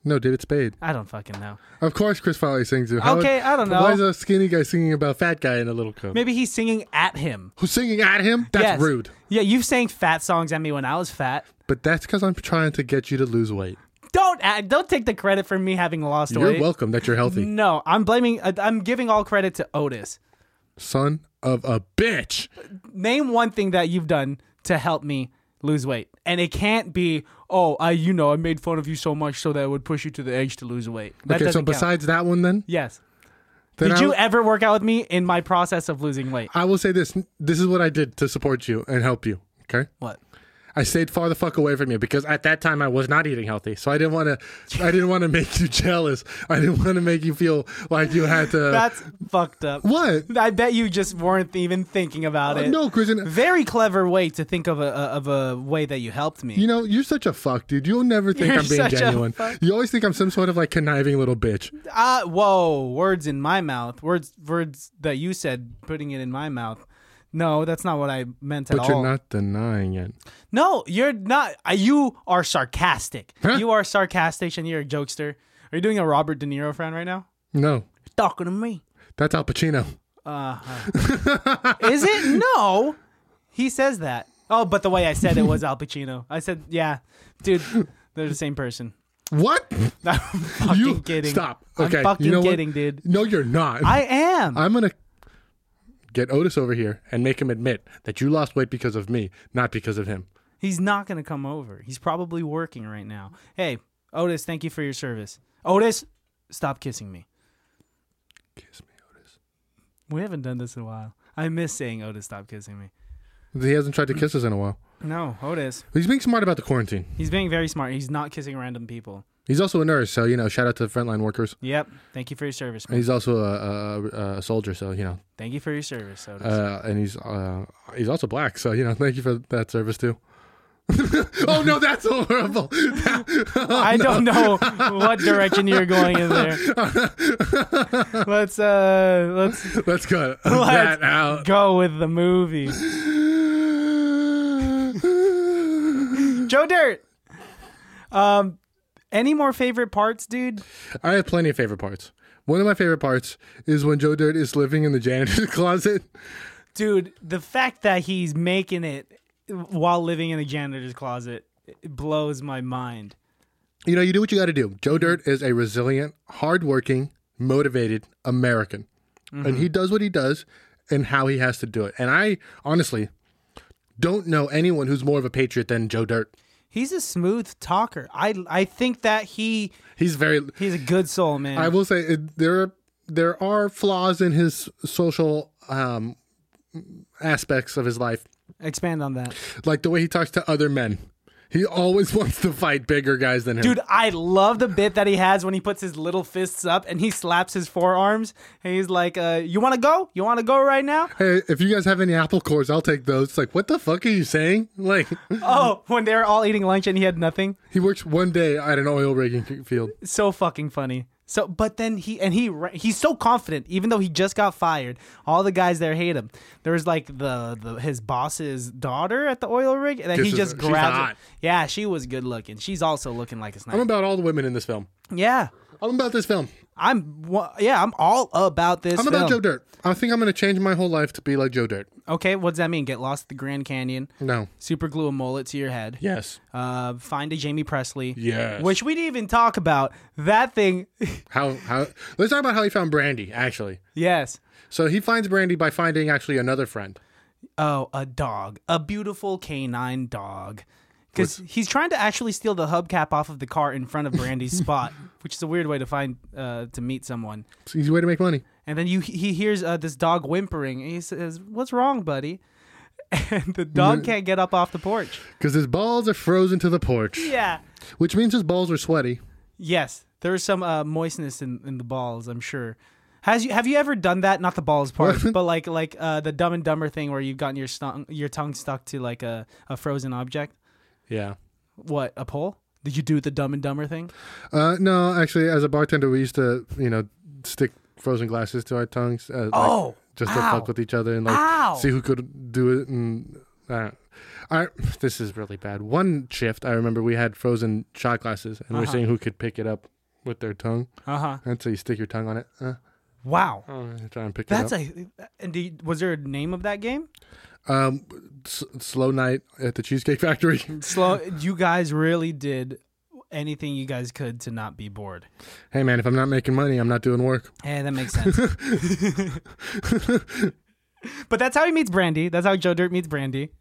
[SPEAKER 3] No, David Spade.
[SPEAKER 2] I don't fucking know.
[SPEAKER 3] Of course, Chris Farley sings it. How would-
[SPEAKER 2] Okay, I don't know.
[SPEAKER 3] Why is a skinny guy singing about fat guy in a little coat?
[SPEAKER 2] Maybe he's singing at him.
[SPEAKER 3] Who's singing at him? That's
[SPEAKER 2] Yes.
[SPEAKER 3] rude.
[SPEAKER 2] Yeah, you sang fat songs at me when I was fat.
[SPEAKER 3] But that's because I'm trying to get you to lose weight.
[SPEAKER 2] Don't act- don't take the credit for me having lost
[SPEAKER 3] You're
[SPEAKER 2] weight.
[SPEAKER 3] welcome that you're healthy.
[SPEAKER 2] No, I'm blaming. I- I'm giving all credit to Otis.
[SPEAKER 3] Son of a bitch.
[SPEAKER 2] name one thing that you've done to help me lose weight and it can't be oh i you know i made fun of you so much so that it would push you to the edge to lose weight that
[SPEAKER 3] okay, so
[SPEAKER 2] doesn't count.
[SPEAKER 3] besides that one, then,
[SPEAKER 2] yes
[SPEAKER 3] then
[SPEAKER 2] did
[SPEAKER 3] I
[SPEAKER 2] you
[SPEAKER 3] will-
[SPEAKER 2] ever work out with me in my process of losing weight
[SPEAKER 3] I will say this. This is what I did to support you and help you. Okay.
[SPEAKER 2] what
[SPEAKER 3] I stayed far the fuck away from you because at that time I was not eating healthy, so I didn't want to. I didn't want to make you *laughs* jealous. I didn't want to make you feel like you had
[SPEAKER 2] *laughs*
[SPEAKER 3] to.
[SPEAKER 2] that's fucked up
[SPEAKER 3] what? Uh,
[SPEAKER 2] i bet you just weren't even thinking about it
[SPEAKER 3] No, Kristen.
[SPEAKER 2] very clever way to think of a of a way that you helped me
[SPEAKER 3] You know, you're such a fuck, dude. You'll never think
[SPEAKER 2] You're
[SPEAKER 3] I'm being
[SPEAKER 2] such a
[SPEAKER 3] genuine.
[SPEAKER 2] fuck.
[SPEAKER 3] You always think I'm some sort of like conniving little bitch.
[SPEAKER 2] Uh, whoa, words in my mouth. Words words that you said putting it in my mouth. No, that's not what I meant at
[SPEAKER 3] But
[SPEAKER 2] all.
[SPEAKER 3] you're not denying it.
[SPEAKER 2] No, you're not. uh, You are sarcastic. You are sarcastic and you're a jokester. Are you doing a Robert De Niro friend right now?
[SPEAKER 3] No,
[SPEAKER 2] Talking to me.
[SPEAKER 3] that's Al Pacino.
[SPEAKER 2] Is it? No. He says that. Oh, but the way I said it was Al Pacino. I said, yeah, dude, they're the same person. *laughs*
[SPEAKER 3] What?
[SPEAKER 2] I'm fucking
[SPEAKER 3] You
[SPEAKER 2] kidding.
[SPEAKER 3] stop.
[SPEAKER 2] I'm
[SPEAKER 3] Okay, you
[SPEAKER 2] fucking
[SPEAKER 3] know what?
[SPEAKER 2] kidding, dude.
[SPEAKER 3] No, you're not.
[SPEAKER 2] I am.
[SPEAKER 3] I'm gonna get Otis over here and make him admit that you lost weight because of me, not because of him.
[SPEAKER 2] He's not going to come over. He's probably working right now. Hey, Otis, thank you for your service. Otis, stop kissing me.
[SPEAKER 3] Kiss me, Otis.
[SPEAKER 2] We haven't done this in a while. I miss saying Otis, stop kissing me.
[SPEAKER 3] He hasn't tried to kiss us in a while.
[SPEAKER 2] No, Otis.
[SPEAKER 3] He's being smart about the quarantine.
[SPEAKER 2] He's being very smart. He's not kissing random people.
[SPEAKER 3] He's also a nurse, so you know, shout out to the frontline workers.
[SPEAKER 2] Yep. Thank you for your service.
[SPEAKER 3] And
[SPEAKER 2] Man.
[SPEAKER 3] He's also a, a, a soldier, so you know,
[SPEAKER 2] Thank you for your service, Otis.
[SPEAKER 3] uh, and he's uh, he's also black, so you know, *laughs* thank you for that service too. *laughs* oh no, that's horrible. *laughs*
[SPEAKER 2] *laughs* I don't know what direction you're going in there. let's uh let's
[SPEAKER 3] Let's cut
[SPEAKER 2] Let's
[SPEAKER 3] that out. *laughs*
[SPEAKER 2] go with the movie. Joe Dirt. Um any more favorite parts, dude?
[SPEAKER 3] I have plenty of favorite parts. One of my favorite parts is when Joe Dirt is living in the janitor's *laughs* closet.
[SPEAKER 2] Dude, the fact that he's making it while living in the janitor's closet it blows my mind.
[SPEAKER 3] You know, you do what you got to do. Joe Dirt is a resilient, hardworking, motivated American. And he does what he does and how he has to do it. And I honestly don't know anyone who's more of a patriot than Joe Dirt.
[SPEAKER 2] He's a smooth talker. I I think that he
[SPEAKER 3] He's very
[SPEAKER 2] he's a good soul, man.
[SPEAKER 3] I will say it, there are- there are flaws in his social um aspects of his life.
[SPEAKER 2] Expand on that.
[SPEAKER 3] Like the way he talks to other men. He always *laughs* wants to fight bigger guys than him.
[SPEAKER 2] Dude, I love the bit that he has when he puts his little fists up and he slaps his forearms and he's like, uh, you wanna go? You wanna go right
[SPEAKER 3] *laughs*
[SPEAKER 2] now?
[SPEAKER 3] Hey, if you guys have any apple cores, I'll take those. It's like, what the fuck are you saying? *laughs* Like,
[SPEAKER 2] Oh, when they were all eating lunch and he had nothing.
[SPEAKER 3] he works one day at an oil rigging field.
[SPEAKER 2] So fucking funny. So, but then he and he ra- he's so confident, even though he just got fired. All the guys there hate him. There was like the, the his boss's daughter at the oil rig that he
[SPEAKER 3] Kisses
[SPEAKER 2] just
[SPEAKER 3] her. She's
[SPEAKER 2] grabbed.
[SPEAKER 3] hot.
[SPEAKER 2] Yeah, she was good looking. She's also looking like a
[SPEAKER 3] I'm
[SPEAKER 2] sniper.
[SPEAKER 3] about all the women in this film.
[SPEAKER 2] yeah,
[SPEAKER 3] I'm about this film.
[SPEAKER 2] I'm wa- yeah, I'm all about this.
[SPEAKER 3] I'm about
[SPEAKER 2] film.
[SPEAKER 3] Joe Dirt. I think I'm going to change my whole life to be like Joe Dirt.
[SPEAKER 2] Okay, what does that mean? Get lost at the Grand Canyon.
[SPEAKER 3] No.
[SPEAKER 2] Super glue a mullet to your head.
[SPEAKER 3] Yes.
[SPEAKER 2] Uh, find a Jamie Presley.
[SPEAKER 3] Yes.
[SPEAKER 2] Which we didn't even talk about. That thing. *laughs*
[SPEAKER 3] How? How? Let's talk about how he found Brandy. Actually,
[SPEAKER 2] yes.
[SPEAKER 3] so he finds Brandy by finding actually another friend.
[SPEAKER 2] Oh, a dog. A beautiful canine dog. because he's trying to actually steal the hubcap off of the car in front of Brandy's spot, which is a weird way to find uh, to meet someone.
[SPEAKER 3] It's an easy way to make money.
[SPEAKER 2] And then you he hears uh, this dog whimpering, and he says, "What's wrong, buddy?" *laughs* And the dog can't get up off the porch.
[SPEAKER 3] Because his balls are frozen to the porch,
[SPEAKER 2] Yeah.
[SPEAKER 3] which means his balls are sweaty.
[SPEAKER 2] Yes, there's some uh, moistness in, in the balls. I'm sure. Has you have you ever done that? Not the balls part, but like like uh, the Dumb and Dumber thing where you've gotten your stung, your tongue stuck to like a, a frozen object.
[SPEAKER 3] Yeah.
[SPEAKER 2] What a pole? Did you do the Dumb and Dumber thing?
[SPEAKER 3] Uh, no, actually, as a bartender, we used to, you know, stick frozen glasses to our tongues. Uh, like,
[SPEAKER 2] Oh,
[SPEAKER 3] just to
[SPEAKER 2] ow.
[SPEAKER 3] fuck with each other and like
[SPEAKER 2] Ow.
[SPEAKER 3] see who could do it. And uh, I, this is really bad. One shift, I remember we had frozen shot glasses, and we
[SPEAKER 2] Uh-huh.
[SPEAKER 3] we're seeing who could pick it up with their tongue.
[SPEAKER 2] Uh huh.
[SPEAKER 3] And so you stick your tongue on it, uh,
[SPEAKER 2] Wow.
[SPEAKER 3] oh, and try and pick
[SPEAKER 2] That's
[SPEAKER 3] it up.
[SPEAKER 2] a. And do you- was there a name of that game?
[SPEAKER 3] um, s- slow night at the Cheesecake Factory. *laughs*
[SPEAKER 2] Slow. you guys really did anything you guys could to not be bored.
[SPEAKER 3] hey man, if I'm not making money, I'm not doing work.
[SPEAKER 2] Hey, that makes sense. *laughs* but that's how he meets Brandy. That's how Joe Dirt meets Brandy.
[SPEAKER 3] *laughs*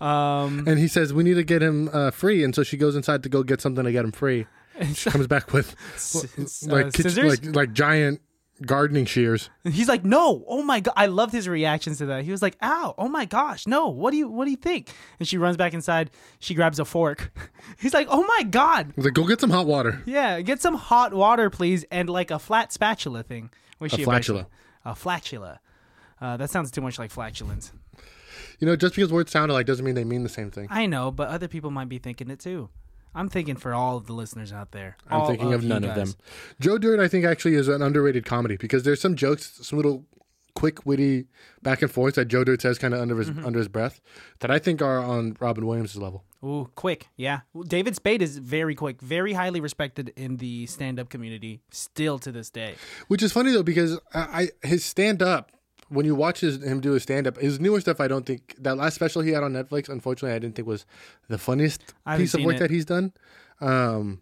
[SPEAKER 2] Um,
[SPEAKER 3] And he says we need to get him uh, free, and so she goes inside to go get something to get
[SPEAKER 2] *laughs*
[SPEAKER 3] him free. She comes back with
[SPEAKER 2] s-
[SPEAKER 3] like
[SPEAKER 2] uh,
[SPEAKER 3] kitchen-
[SPEAKER 2] scissors.
[SPEAKER 3] like like giant gardening shears.
[SPEAKER 2] He's like, no, oh my god! I loved his reactions to that. He was like, ow, oh my gosh, no, what do you, what do you think? And she runs back inside. She grabs a fork. *laughs* He's like, oh my god,
[SPEAKER 3] He's like, go get some hot water.
[SPEAKER 2] yeah, get some hot water, please, and like a flat spatula thing. Which
[SPEAKER 3] A
[SPEAKER 2] she
[SPEAKER 3] flatula.
[SPEAKER 2] eventually- A flatula. Uh, that sounds too much like flatulence.
[SPEAKER 3] You know, just because words sound alike doesn't mean they mean the same thing.
[SPEAKER 2] I know, but other people might be thinking it too. I'm thinking for all of the listeners out there.
[SPEAKER 3] I'm
[SPEAKER 2] All
[SPEAKER 3] thinking of
[SPEAKER 2] you
[SPEAKER 3] none of them.
[SPEAKER 2] guys.
[SPEAKER 3] Joe Dirt, I think, actually is an underrated comedy because there's some jokes, some little quick, witty back and forth that Joe Dirt says kind of under
[SPEAKER 2] Mm-hmm.
[SPEAKER 3] his under his breath that I think are on Robin Williams' level.
[SPEAKER 2] Ooh, quick. Yeah. Well, David Spade is very quick, very highly respected in the stand up community still to this day.
[SPEAKER 3] Which is funny though because I, I his stand up when you watch his, him do his stand up, his newer stuff, I don't think that last special he had on Netflix, unfortunately, I didn't think was the funniest
[SPEAKER 2] I haven't
[SPEAKER 3] piece of
[SPEAKER 2] seen
[SPEAKER 3] work
[SPEAKER 2] it.
[SPEAKER 3] that he's done. Um,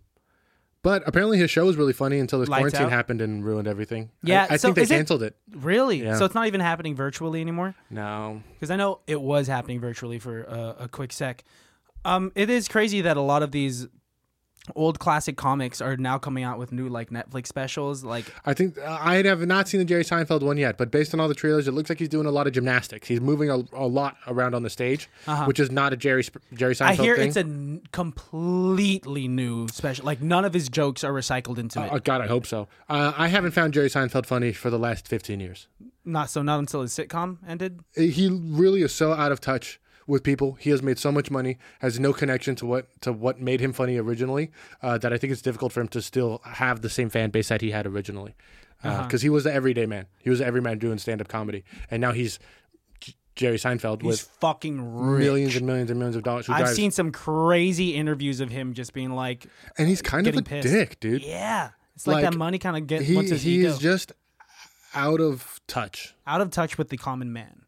[SPEAKER 3] but apparently his show was really funny until this
[SPEAKER 2] Lights
[SPEAKER 3] quarantine
[SPEAKER 2] Out?
[SPEAKER 3] happened and ruined everything. I-
[SPEAKER 2] Yeah,
[SPEAKER 3] I,
[SPEAKER 2] so
[SPEAKER 3] think they
[SPEAKER 2] is it-
[SPEAKER 3] canceled it.
[SPEAKER 2] Really?
[SPEAKER 3] Yeah.
[SPEAKER 2] So it's not even happening virtually anymore?
[SPEAKER 3] No,
[SPEAKER 2] Because I know it was happening virtually for uh, a quick sec. Um, it is crazy that a lot of these old classic comics are now coming out with new like Netflix specials. Like,
[SPEAKER 3] I think I have not seen the Jerry Seinfeld one yet, but based on all the trailers, it looks like he's doing a lot of gymnastics. He's moving a, a lot around on the stage, which is not a Jerry Sp- Jerry Seinfeld
[SPEAKER 2] Uh-huh. I hear
[SPEAKER 3] thing.
[SPEAKER 2] it's a n- completely new special. Like, none of his jokes are recycled into it.
[SPEAKER 3] Oh, God, I hope so. Uh, I haven't found Jerry Seinfeld funny for the last 15 years.
[SPEAKER 2] Not so. Not until his sitcom ended.
[SPEAKER 3] He really is so out of touch with people. He has made so much money, has no connection to what to what made him funny originally, uh, that I think it's difficult for him to still have the same fan base that he had originally. Because
[SPEAKER 2] Uh-huh.
[SPEAKER 3] he was the everyday man. He was the everyman doing stand up comedy, and now he's J- Jerry Seinfeld
[SPEAKER 2] He's
[SPEAKER 3] with
[SPEAKER 2] fucking rich.
[SPEAKER 3] millions and millions and millions of dollars. Who
[SPEAKER 2] I've
[SPEAKER 3] drives,
[SPEAKER 2] seen some crazy interviews of him just being like,
[SPEAKER 3] and he's kind of a
[SPEAKER 2] getting pissed.
[SPEAKER 3] dick, dude.
[SPEAKER 2] "Yeah, it's like,
[SPEAKER 3] Like,
[SPEAKER 2] that money kind of gets
[SPEAKER 3] He
[SPEAKER 2] what's his
[SPEAKER 3] he
[SPEAKER 2] ego
[SPEAKER 3] is just out of touch.
[SPEAKER 2] out of touch with the common man."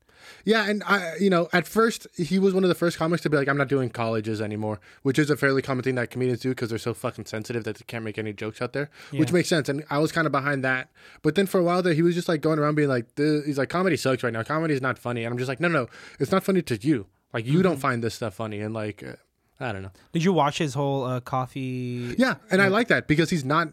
[SPEAKER 3] Yeah, and I, you know, at first he was one of the first comics to be like, "I'm not doing colleges anymore," which is a fairly common thing that comedians do because they're so fucking sensitive that they can't make any jokes out there, which makes sense. And I was kind of behind that, but then for a while there, he was just like going around being like, "Th- "He's like, comedy sucks right now. Comedy is not funny." And I'm just like, "No, no, it's not funny to you. Like, you
[SPEAKER 2] Mm-hmm.
[SPEAKER 3] don't find this stuff funny." And like, uh, I don't know.
[SPEAKER 2] Did you watch his whole uh, coffee?
[SPEAKER 3] Yeah, and I like that because he's not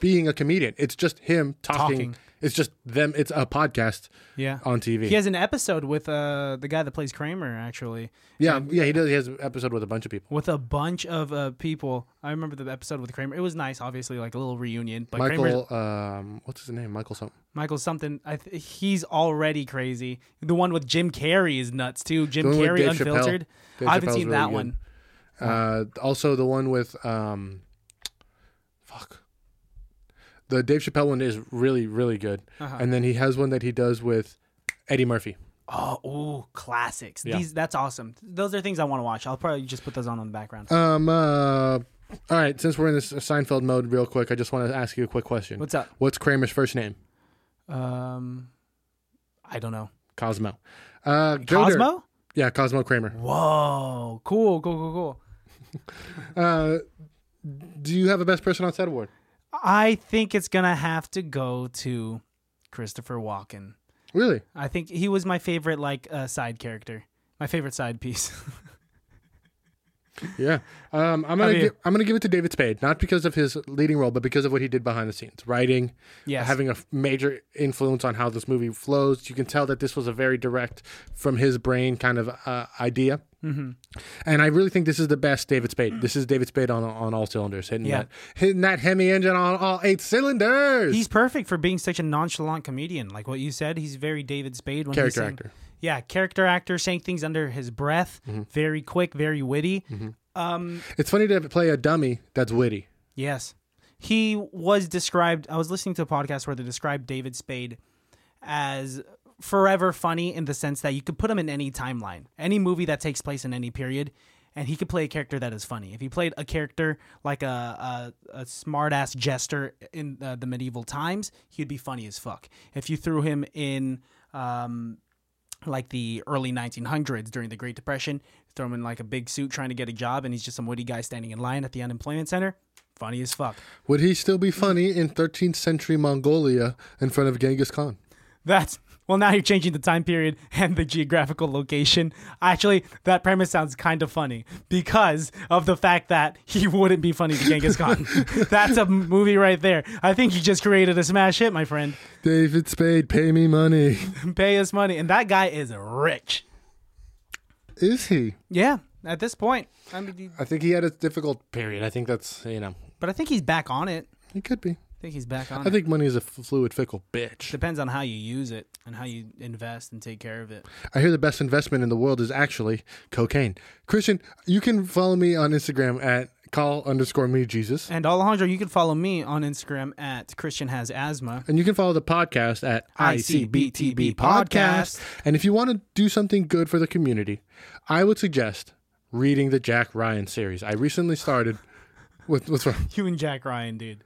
[SPEAKER 3] being a comedian. It's just him talking.
[SPEAKER 2] Talking.
[SPEAKER 3] It's just them. It's a podcast
[SPEAKER 2] Yeah.
[SPEAKER 3] on TV.
[SPEAKER 2] He has an episode with uh, the guy that plays Kramer, actually,
[SPEAKER 3] yeah, yeah, he does. He has an episode with a bunch of people.
[SPEAKER 2] with a bunch of uh, people. I remember the episode with Kramer. It was nice, obviously, like a little reunion. But Kramer's,
[SPEAKER 3] Michael, um, what's his name? Michael something.
[SPEAKER 2] Michael something, I th- he's already crazy. The one with Jim Carrey is nuts too. Jim
[SPEAKER 3] The one with
[SPEAKER 2] Carrey
[SPEAKER 3] Dave Chappelle.
[SPEAKER 2] unfiltered.
[SPEAKER 3] Dave
[SPEAKER 2] I haven't
[SPEAKER 3] Chappelle's
[SPEAKER 2] seen
[SPEAKER 3] really
[SPEAKER 2] that
[SPEAKER 3] good.
[SPEAKER 2] one.
[SPEAKER 3] Uh, also, the one with um, fuck, the Dave Chappelle one is really really good.
[SPEAKER 2] Uh-huh.
[SPEAKER 3] And then he has one that he does with Eddie Murphy.
[SPEAKER 2] Oh, ooh, classics.
[SPEAKER 3] Yeah.
[SPEAKER 2] These that's awesome. Those are things I want to watch. I'll probably just put those on in the background.
[SPEAKER 3] Um, uh, all right. Since we're in this Seinfeld mode, real quick, I just want to ask you a quick question.
[SPEAKER 2] What's up?
[SPEAKER 3] What's Kramer's first name?
[SPEAKER 2] Um, I don't know.
[SPEAKER 3] Cosmo. Uh, Joe Dirt-
[SPEAKER 2] Cosmo.
[SPEAKER 3] Yeah, Cosmo Kramer.
[SPEAKER 2] Whoa, cool, cool, cool, cool.
[SPEAKER 3] Uh, do you have a best person on set award?
[SPEAKER 2] I think it's gonna have to go to Christopher Walken.
[SPEAKER 3] Really?
[SPEAKER 2] I think he was my favorite like uh, side character, my favorite side piece.
[SPEAKER 3] Yeah, um, I'm gonna
[SPEAKER 2] mean-
[SPEAKER 3] give, I'm gonna give it to David Spade, not because of his leading role, but because of what he did behind the scenes, writing,
[SPEAKER 2] *laughs* Yes.
[SPEAKER 3] having a f- major influence on how this movie flows. You can tell that this was a very direct from his brain kind of uh, idea, mm-hmm. and I really think this is the best David Spade. This is David Spade on on all cylinders, hitting
[SPEAKER 2] Yeah.
[SPEAKER 3] that hitting that Hemi engine on all eight cylinders.
[SPEAKER 2] He's perfect for being such a nonchalant comedian. Like what you said, he's very David Spade. When he's
[SPEAKER 3] Character
[SPEAKER 2] saying-
[SPEAKER 3] actor. Mm-hmm.
[SPEAKER 2] Yeah, character actor, saying things under his breath, very quick, very witty. Um,
[SPEAKER 3] it's funny to play a dummy that's witty.
[SPEAKER 2] yes, he was described. I was listening to a podcast where they described David Spade as forever funny in the sense that you could put him in any timeline, any movie that takes place in any period, and he could play a character that is funny. If he played a character like a a, a smart ass jester in uh, the medieval times, he'd be funny as fuck. If you threw him in um, like the early 1900s during the Great Depression, throw him in like a big suit trying to get a job, and he's just some witty guy standing in line at the unemployment center. Funny as fuck.
[SPEAKER 3] Would he still be funny in 13th century Mongolia in front of Genghis Khan?
[SPEAKER 2] That's well. Now you're changing the time period *laughs* and the geographical location. Actually, that premise sounds kind of funny because of the fact that he *laughs* wouldn't be funny to Genghis Khan. *laughs* That's a movie right there. I think you just created a smash hit, my friend.
[SPEAKER 3] David Spade, pay me money.
[SPEAKER 2] Pay us money, and that guy is rich.
[SPEAKER 3] Is he?
[SPEAKER 2] Yeah, at this point, I mean,
[SPEAKER 3] I think he had a difficult period. I think that's, you know,
[SPEAKER 2] but I think he's back on it.
[SPEAKER 3] he could be.
[SPEAKER 2] I think he's back on
[SPEAKER 3] I
[SPEAKER 2] it.
[SPEAKER 3] think money is a f- fluid, fickle bitch.
[SPEAKER 2] Depends on how you use it and how you invest and take care of it.
[SPEAKER 3] I hear the best investment in the world is actually cocaine. Christian, you can follow me on Instagram at call underscore me Jesus.
[SPEAKER 2] And Alejandro, you can follow me on Instagram at Christian Has Asthma.
[SPEAKER 3] And you can follow the podcast at ICBTB Podcast. And if you want to do something good for the community, I would suggest reading the Jack Ryan series. I recently started. With, what's wrong?
[SPEAKER 2] *laughs* You and Jack Ryan, dude.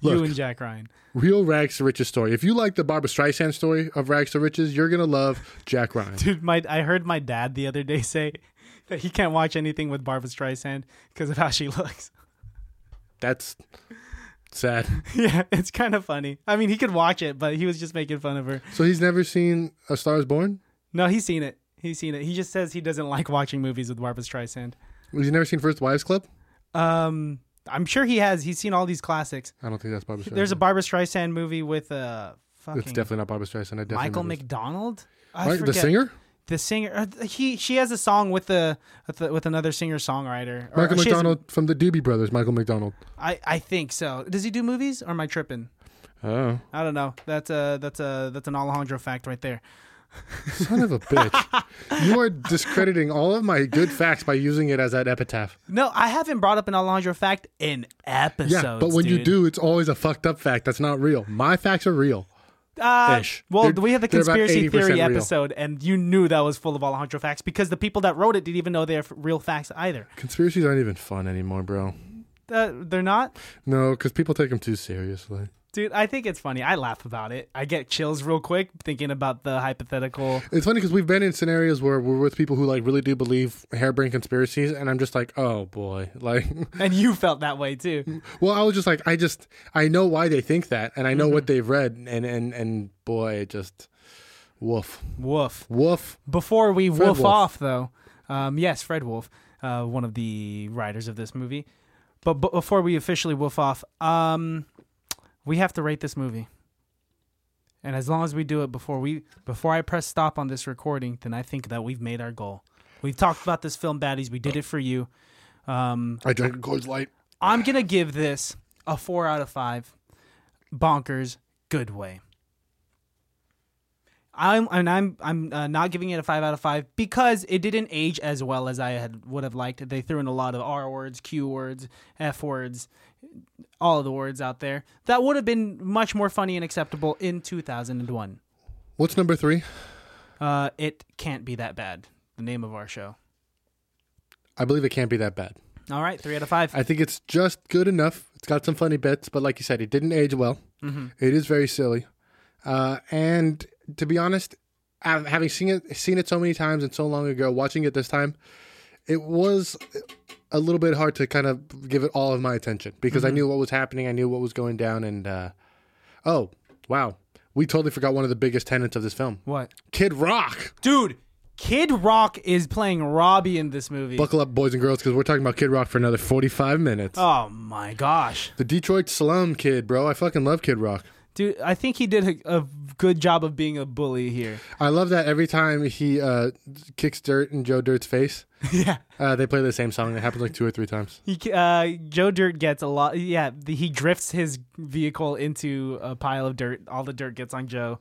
[SPEAKER 2] you
[SPEAKER 3] Look.
[SPEAKER 2] and Jack Ryan. *laughs*
[SPEAKER 3] Real Rags to Riches story. If you like the Barbara Streisand story of Rags to Riches, you're gonna love Jack Ryan.
[SPEAKER 2] Dude, my I heard my dad the other day *laughs* say that he can't watch anything with Barbara Streisand because of how she *laughs* looks.
[SPEAKER 3] That's sad.
[SPEAKER 2] yeah, it's kind of funny. I mean, he could watch it, but he was just making fun of her.
[SPEAKER 3] So he's never seen A Star Is Born.
[SPEAKER 2] No, he's seen it. He's seen it. He just says he doesn't like watching movies with Barbara Streisand.
[SPEAKER 3] He's never seen First Wives Club.
[SPEAKER 2] Um, I'm sure he has. He's seen all these classics.
[SPEAKER 3] I don't think that's Barbara Streisand.
[SPEAKER 2] There's a Barbara Streisand movie with uh, fucking
[SPEAKER 3] It's definitely not Barbara Streisand. I definitely
[SPEAKER 2] Michael
[SPEAKER 3] know this.
[SPEAKER 2] McDonald. I
[SPEAKER 3] Right, the
[SPEAKER 2] forget.
[SPEAKER 3] singer.
[SPEAKER 2] The singer. uh, th- He she has a song with the with, the, with another singer songwriter. Or-
[SPEAKER 3] Michael
[SPEAKER 2] she has-
[SPEAKER 3] McDonald from the Doobie Brothers. Michael McDonald.
[SPEAKER 2] I I think so. Does he do movies or am I tripping?
[SPEAKER 3] Oh,
[SPEAKER 2] I don't know. That's a that's a that's an Alejandro fact right there.
[SPEAKER 3] son of a
[SPEAKER 2] *laughs*
[SPEAKER 3] bitch! You are discrediting all of my good facts by using it as that epitaph.
[SPEAKER 2] No, I haven't brought up an Alejandro fact in episodes.
[SPEAKER 3] Yeah, but when you
[SPEAKER 2] dude.
[SPEAKER 3] do, it's always a fucked up fact that's not real. My facts are real.
[SPEAKER 2] Uh,
[SPEAKER 3] Ish.
[SPEAKER 2] Well,
[SPEAKER 3] They're-
[SPEAKER 2] we had the
[SPEAKER 3] they're about
[SPEAKER 2] conspiracy
[SPEAKER 3] 80%
[SPEAKER 2] theory
[SPEAKER 3] real.
[SPEAKER 2] episode, and you knew that was full of Alejandro facts because the people that wrote it didn't even know they're real facts either.
[SPEAKER 3] Conspiracies aren't even fun anymore, bro.
[SPEAKER 2] Uh, they're not,
[SPEAKER 3] No, because people take them too seriously.
[SPEAKER 2] dude. I think it's funny. I laugh about it. I get chills real quick thinking about the hypothetical.
[SPEAKER 3] It's funny because we've been in scenarios where we're with people who like really do believe harebrained conspiracies, and I'm just like, oh boy, *laughs* like,
[SPEAKER 2] And you felt that way too.
[SPEAKER 3] well, I was just like, I just, I know why they think that, and I know what they've read, and and and boy, it just, woof,
[SPEAKER 2] Woof.
[SPEAKER 3] woof.
[SPEAKER 2] Before we woof
[SPEAKER 3] Wolf.
[SPEAKER 2] off, though, um, yes, Fred Wolf, uh, one of the writers of this movie. But, but before we officially woof off, um, we have to rate this movie. And as long as we do it before we before I press stop on this recording, then I think that we've made our goal. We've talked about this film, baddies. We did it for you. Um,
[SPEAKER 3] I drank a Coors Light.
[SPEAKER 2] I'm gonna give this a four out of five. Bonkers, good way. I'm and I'm I'm uh, not giving it a five out of five because it didn't age as well as I had would have liked. They threw in a lot of R words, Q words, F words, all of the words out there that would have been much more funny and acceptable in 2001.
[SPEAKER 3] What's number three?
[SPEAKER 2] Uh, it can't be that bad. The name of our show.
[SPEAKER 3] I believe it can't be that bad.
[SPEAKER 2] All right, three out of five.
[SPEAKER 3] I think it's just good enough. It's got some funny bits, but like you said, it didn't age well. It is very silly, uh, and to be honest, av- having seen it seen it so many times and so long ago, watching it this time, it was a little bit hard to kind of give it all of my attention because I knew what was happening, I knew what was going down, and uh, oh wow, we totally forgot one of the biggest tenets of this film:
[SPEAKER 2] what,
[SPEAKER 3] Kid Rock.
[SPEAKER 2] dude? Kid Rock is playing Robbie in this movie.
[SPEAKER 3] Buckle up, boys and girls, because we're talking about Kid Rock for another 45 minutes.
[SPEAKER 2] oh my gosh.
[SPEAKER 3] The Detroit Slum Kid, bro. I fucking love Kid Rock.
[SPEAKER 2] Dude, I think he did a, a good job of being a bully here.
[SPEAKER 3] I love that every time he uh, kicks dirt in Joe Dirt's face,
[SPEAKER 2] *laughs* yeah.
[SPEAKER 3] uh, they play the same song. It happens like two or three times.
[SPEAKER 2] He, ca- uh, Joe Dirt gets a lot. Yeah, the, he drifts his vehicle into a pile of dirt. All the dirt gets on Joe,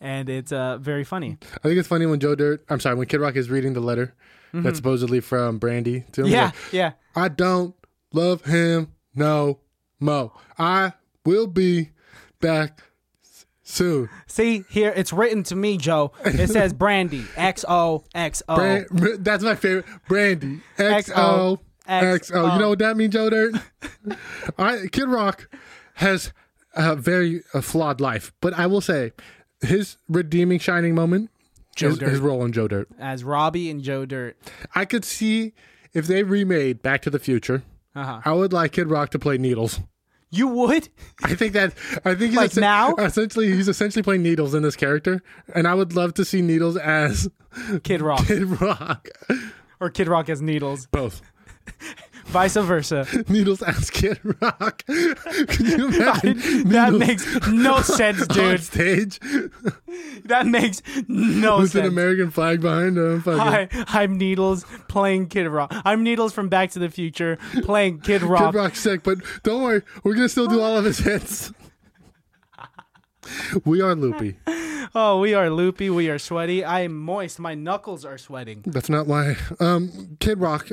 [SPEAKER 2] and it's uh, very funny.
[SPEAKER 3] I think it's funny when Joe Dirt, I'm sorry, when Kid Rock is reading the letter that's supposedly from Brandy to him.
[SPEAKER 2] *laughs*
[SPEAKER 3] he's
[SPEAKER 2] Yeah,
[SPEAKER 3] like,
[SPEAKER 2] yeah.
[SPEAKER 3] I don't love him no mo. I will be back s- soon.
[SPEAKER 2] See here, it's written to me, Joe. It *laughs* says Brandy X O X O.
[SPEAKER 3] Bran- That's my favorite. Brandy.
[SPEAKER 2] XO.
[SPEAKER 3] XO. XO. You
[SPEAKER 2] XO.
[SPEAKER 3] know what that means,
[SPEAKER 2] *laughs*
[SPEAKER 3] Joe Dirt? I, Kid Rock has a very uh, flawed life, but I will say his redeeming shining moment
[SPEAKER 2] Joe
[SPEAKER 3] is
[SPEAKER 2] Dirt.
[SPEAKER 3] his role in Joe Dirt.
[SPEAKER 2] As Robbie and Joe Dirt.
[SPEAKER 3] I could see if they remade Back to the Future,
[SPEAKER 2] Uh-huh.
[SPEAKER 3] I would like Kid Rock to play Needles.
[SPEAKER 2] You would?
[SPEAKER 3] I think that I think he's
[SPEAKER 2] Like
[SPEAKER 3] essen-
[SPEAKER 2] now?
[SPEAKER 3] essentially he's essentially playing Needles in this character, and I would love to see Needles as *laughs*
[SPEAKER 2] Kid *laughs* Rock.
[SPEAKER 3] Kid Rock.
[SPEAKER 2] or Kid Rock as Needles.
[SPEAKER 3] Both
[SPEAKER 2] Vice *laughs* versa.
[SPEAKER 3] Needles as Kid Rock. *laughs* Can you imagine
[SPEAKER 2] *laughs* That
[SPEAKER 3] Needles
[SPEAKER 2] makes
[SPEAKER 3] *laughs*
[SPEAKER 2] no sense,
[SPEAKER 3] on
[SPEAKER 2] *laughs* dude.
[SPEAKER 3] stage *laughs*
[SPEAKER 2] That makes no
[SPEAKER 3] with an
[SPEAKER 2] sense.
[SPEAKER 3] American flag behind him?
[SPEAKER 2] Hi,
[SPEAKER 3] Fucking-
[SPEAKER 2] I'm Needles playing Kid Rock. I'm Needles from Back to the Future playing Kid Rock.
[SPEAKER 3] *laughs* Kid Rock's sick, but don't worry, we're gonna still do all of
[SPEAKER 2] *laughs*
[SPEAKER 3] his hits. We are loopy.
[SPEAKER 2] Oh, we are loopy. We are sweaty. I am moist. My knuckles are sweating.
[SPEAKER 3] That's not why. Um, Kid
[SPEAKER 2] *laughs*
[SPEAKER 3] Rock.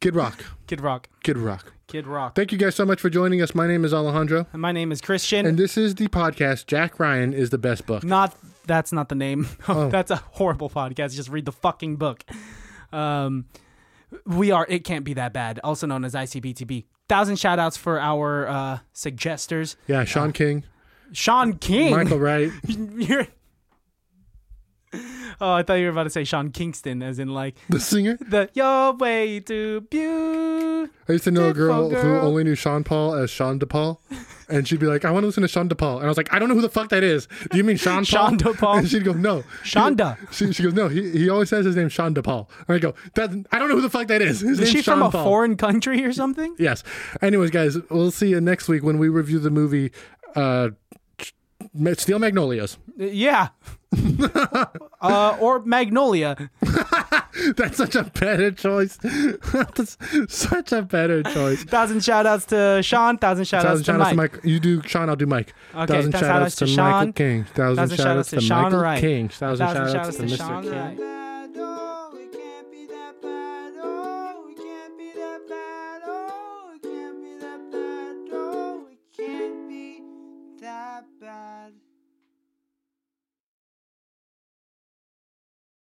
[SPEAKER 3] Kid Rock.
[SPEAKER 2] Kid Rock.
[SPEAKER 3] Kid Rock.
[SPEAKER 2] Kid Rock.
[SPEAKER 3] Thank you guys so much for joining us. My name is Alejandro,
[SPEAKER 2] And my name is Christian.
[SPEAKER 3] and this is the podcast Jack Ryan is the best book.
[SPEAKER 2] not that's not the name. *laughs*
[SPEAKER 3] Oh.
[SPEAKER 2] that's a horrible podcast. Just read the fucking book. Um, we are. It can't be that bad. Also known as ICBTB. Thousand shout outs for our uh, suggesters.
[SPEAKER 3] Yeah, Sean King,
[SPEAKER 2] Sean King. *laughs*
[SPEAKER 3] Michael Wright.
[SPEAKER 2] You're- *laughs* Oh, I thought you were about to say Sean Kingston, as in like
[SPEAKER 3] The singer.
[SPEAKER 2] the your way to beauty.
[SPEAKER 3] I used to know a girl,
[SPEAKER 2] Beautiful
[SPEAKER 3] who
[SPEAKER 2] girl.
[SPEAKER 3] only knew Sean Paul as Sean DePaul, and she'd be like, "I want to listen to Sean DePaul," and I was like, "I don't know who the fuck that is. Do you mean
[SPEAKER 2] *laughs*
[SPEAKER 3] Sean Paul?"
[SPEAKER 2] Sean DePaul.
[SPEAKER 3] And she'd go, "No,
[SPEAKER 2] Shonda.
[SPEAKER 3] She, she goes, "No, he, he always says his name Sean DePaul." And I go, "That I don't know who the fuck that is. His
[SPEAKER 2] Is
[SPEAKER 3] name's
[SPEAKER 2] she
[SPEAKER 3] Sean
[SPEAKER 2] from a
[SPEAKER 3] Paul.
[SPEAKER 2] foreign country or
[SPEAKER 3] *laughs*
[SPEAKER 2] something?
[SPEAKER 3] Yes. Anyways, guys, we'll see you next week when we review the movie uh, Ma- Steel Magnolias. *laughs*
[SPEAKER 2] Yeah. uh, or Magnolia.
[SPEAKER 3] That's such a better choice. *laughs* That's such a better choice.
[SPEAKER 2] Thousand shout outs to Sean. Thousand shout outs
[SPEAKER 3] Thousand
[SPEAKER 2] to
[SPEAKER 3] shout outs to
[SPEAKER 2] Mike.
[SPEAKER 3] Mike. You do Sean, I'll do Mike.
[SPEAKER 2] Okay, thousand
[SPEAKER 3] thousand shout outs
[SPEAKER 2] shout-outs
[SPEAKER 3] to,
[SPEAKER 2] to
[SPEAKER 3] Michael
[SPEAKER 2] Sean.
[SPEAKER 3] King. Thousand,
[SPEAKER 2] Thousand
[SPEAKER 3] shout outs to
[SPEAKER 2] Sean
[SPEAKER 3] Michael
[SPEAKER 2] Wright.
[SPEAKER 3] King. Thousand,
[SPEAKER 2] Thousand
[SPEAKER 3] shout
[SPEAKER 2] shout
[SPEAKER 3] outs
[SPEAKER 2] outs
[SPEAKER 3] to
[SPEAKER 2] to
[SPEAKER 3] Mr.
[SPEAKER 2] Sean
[SPEAKER 3] King.
[SPEAKER 2] Wright.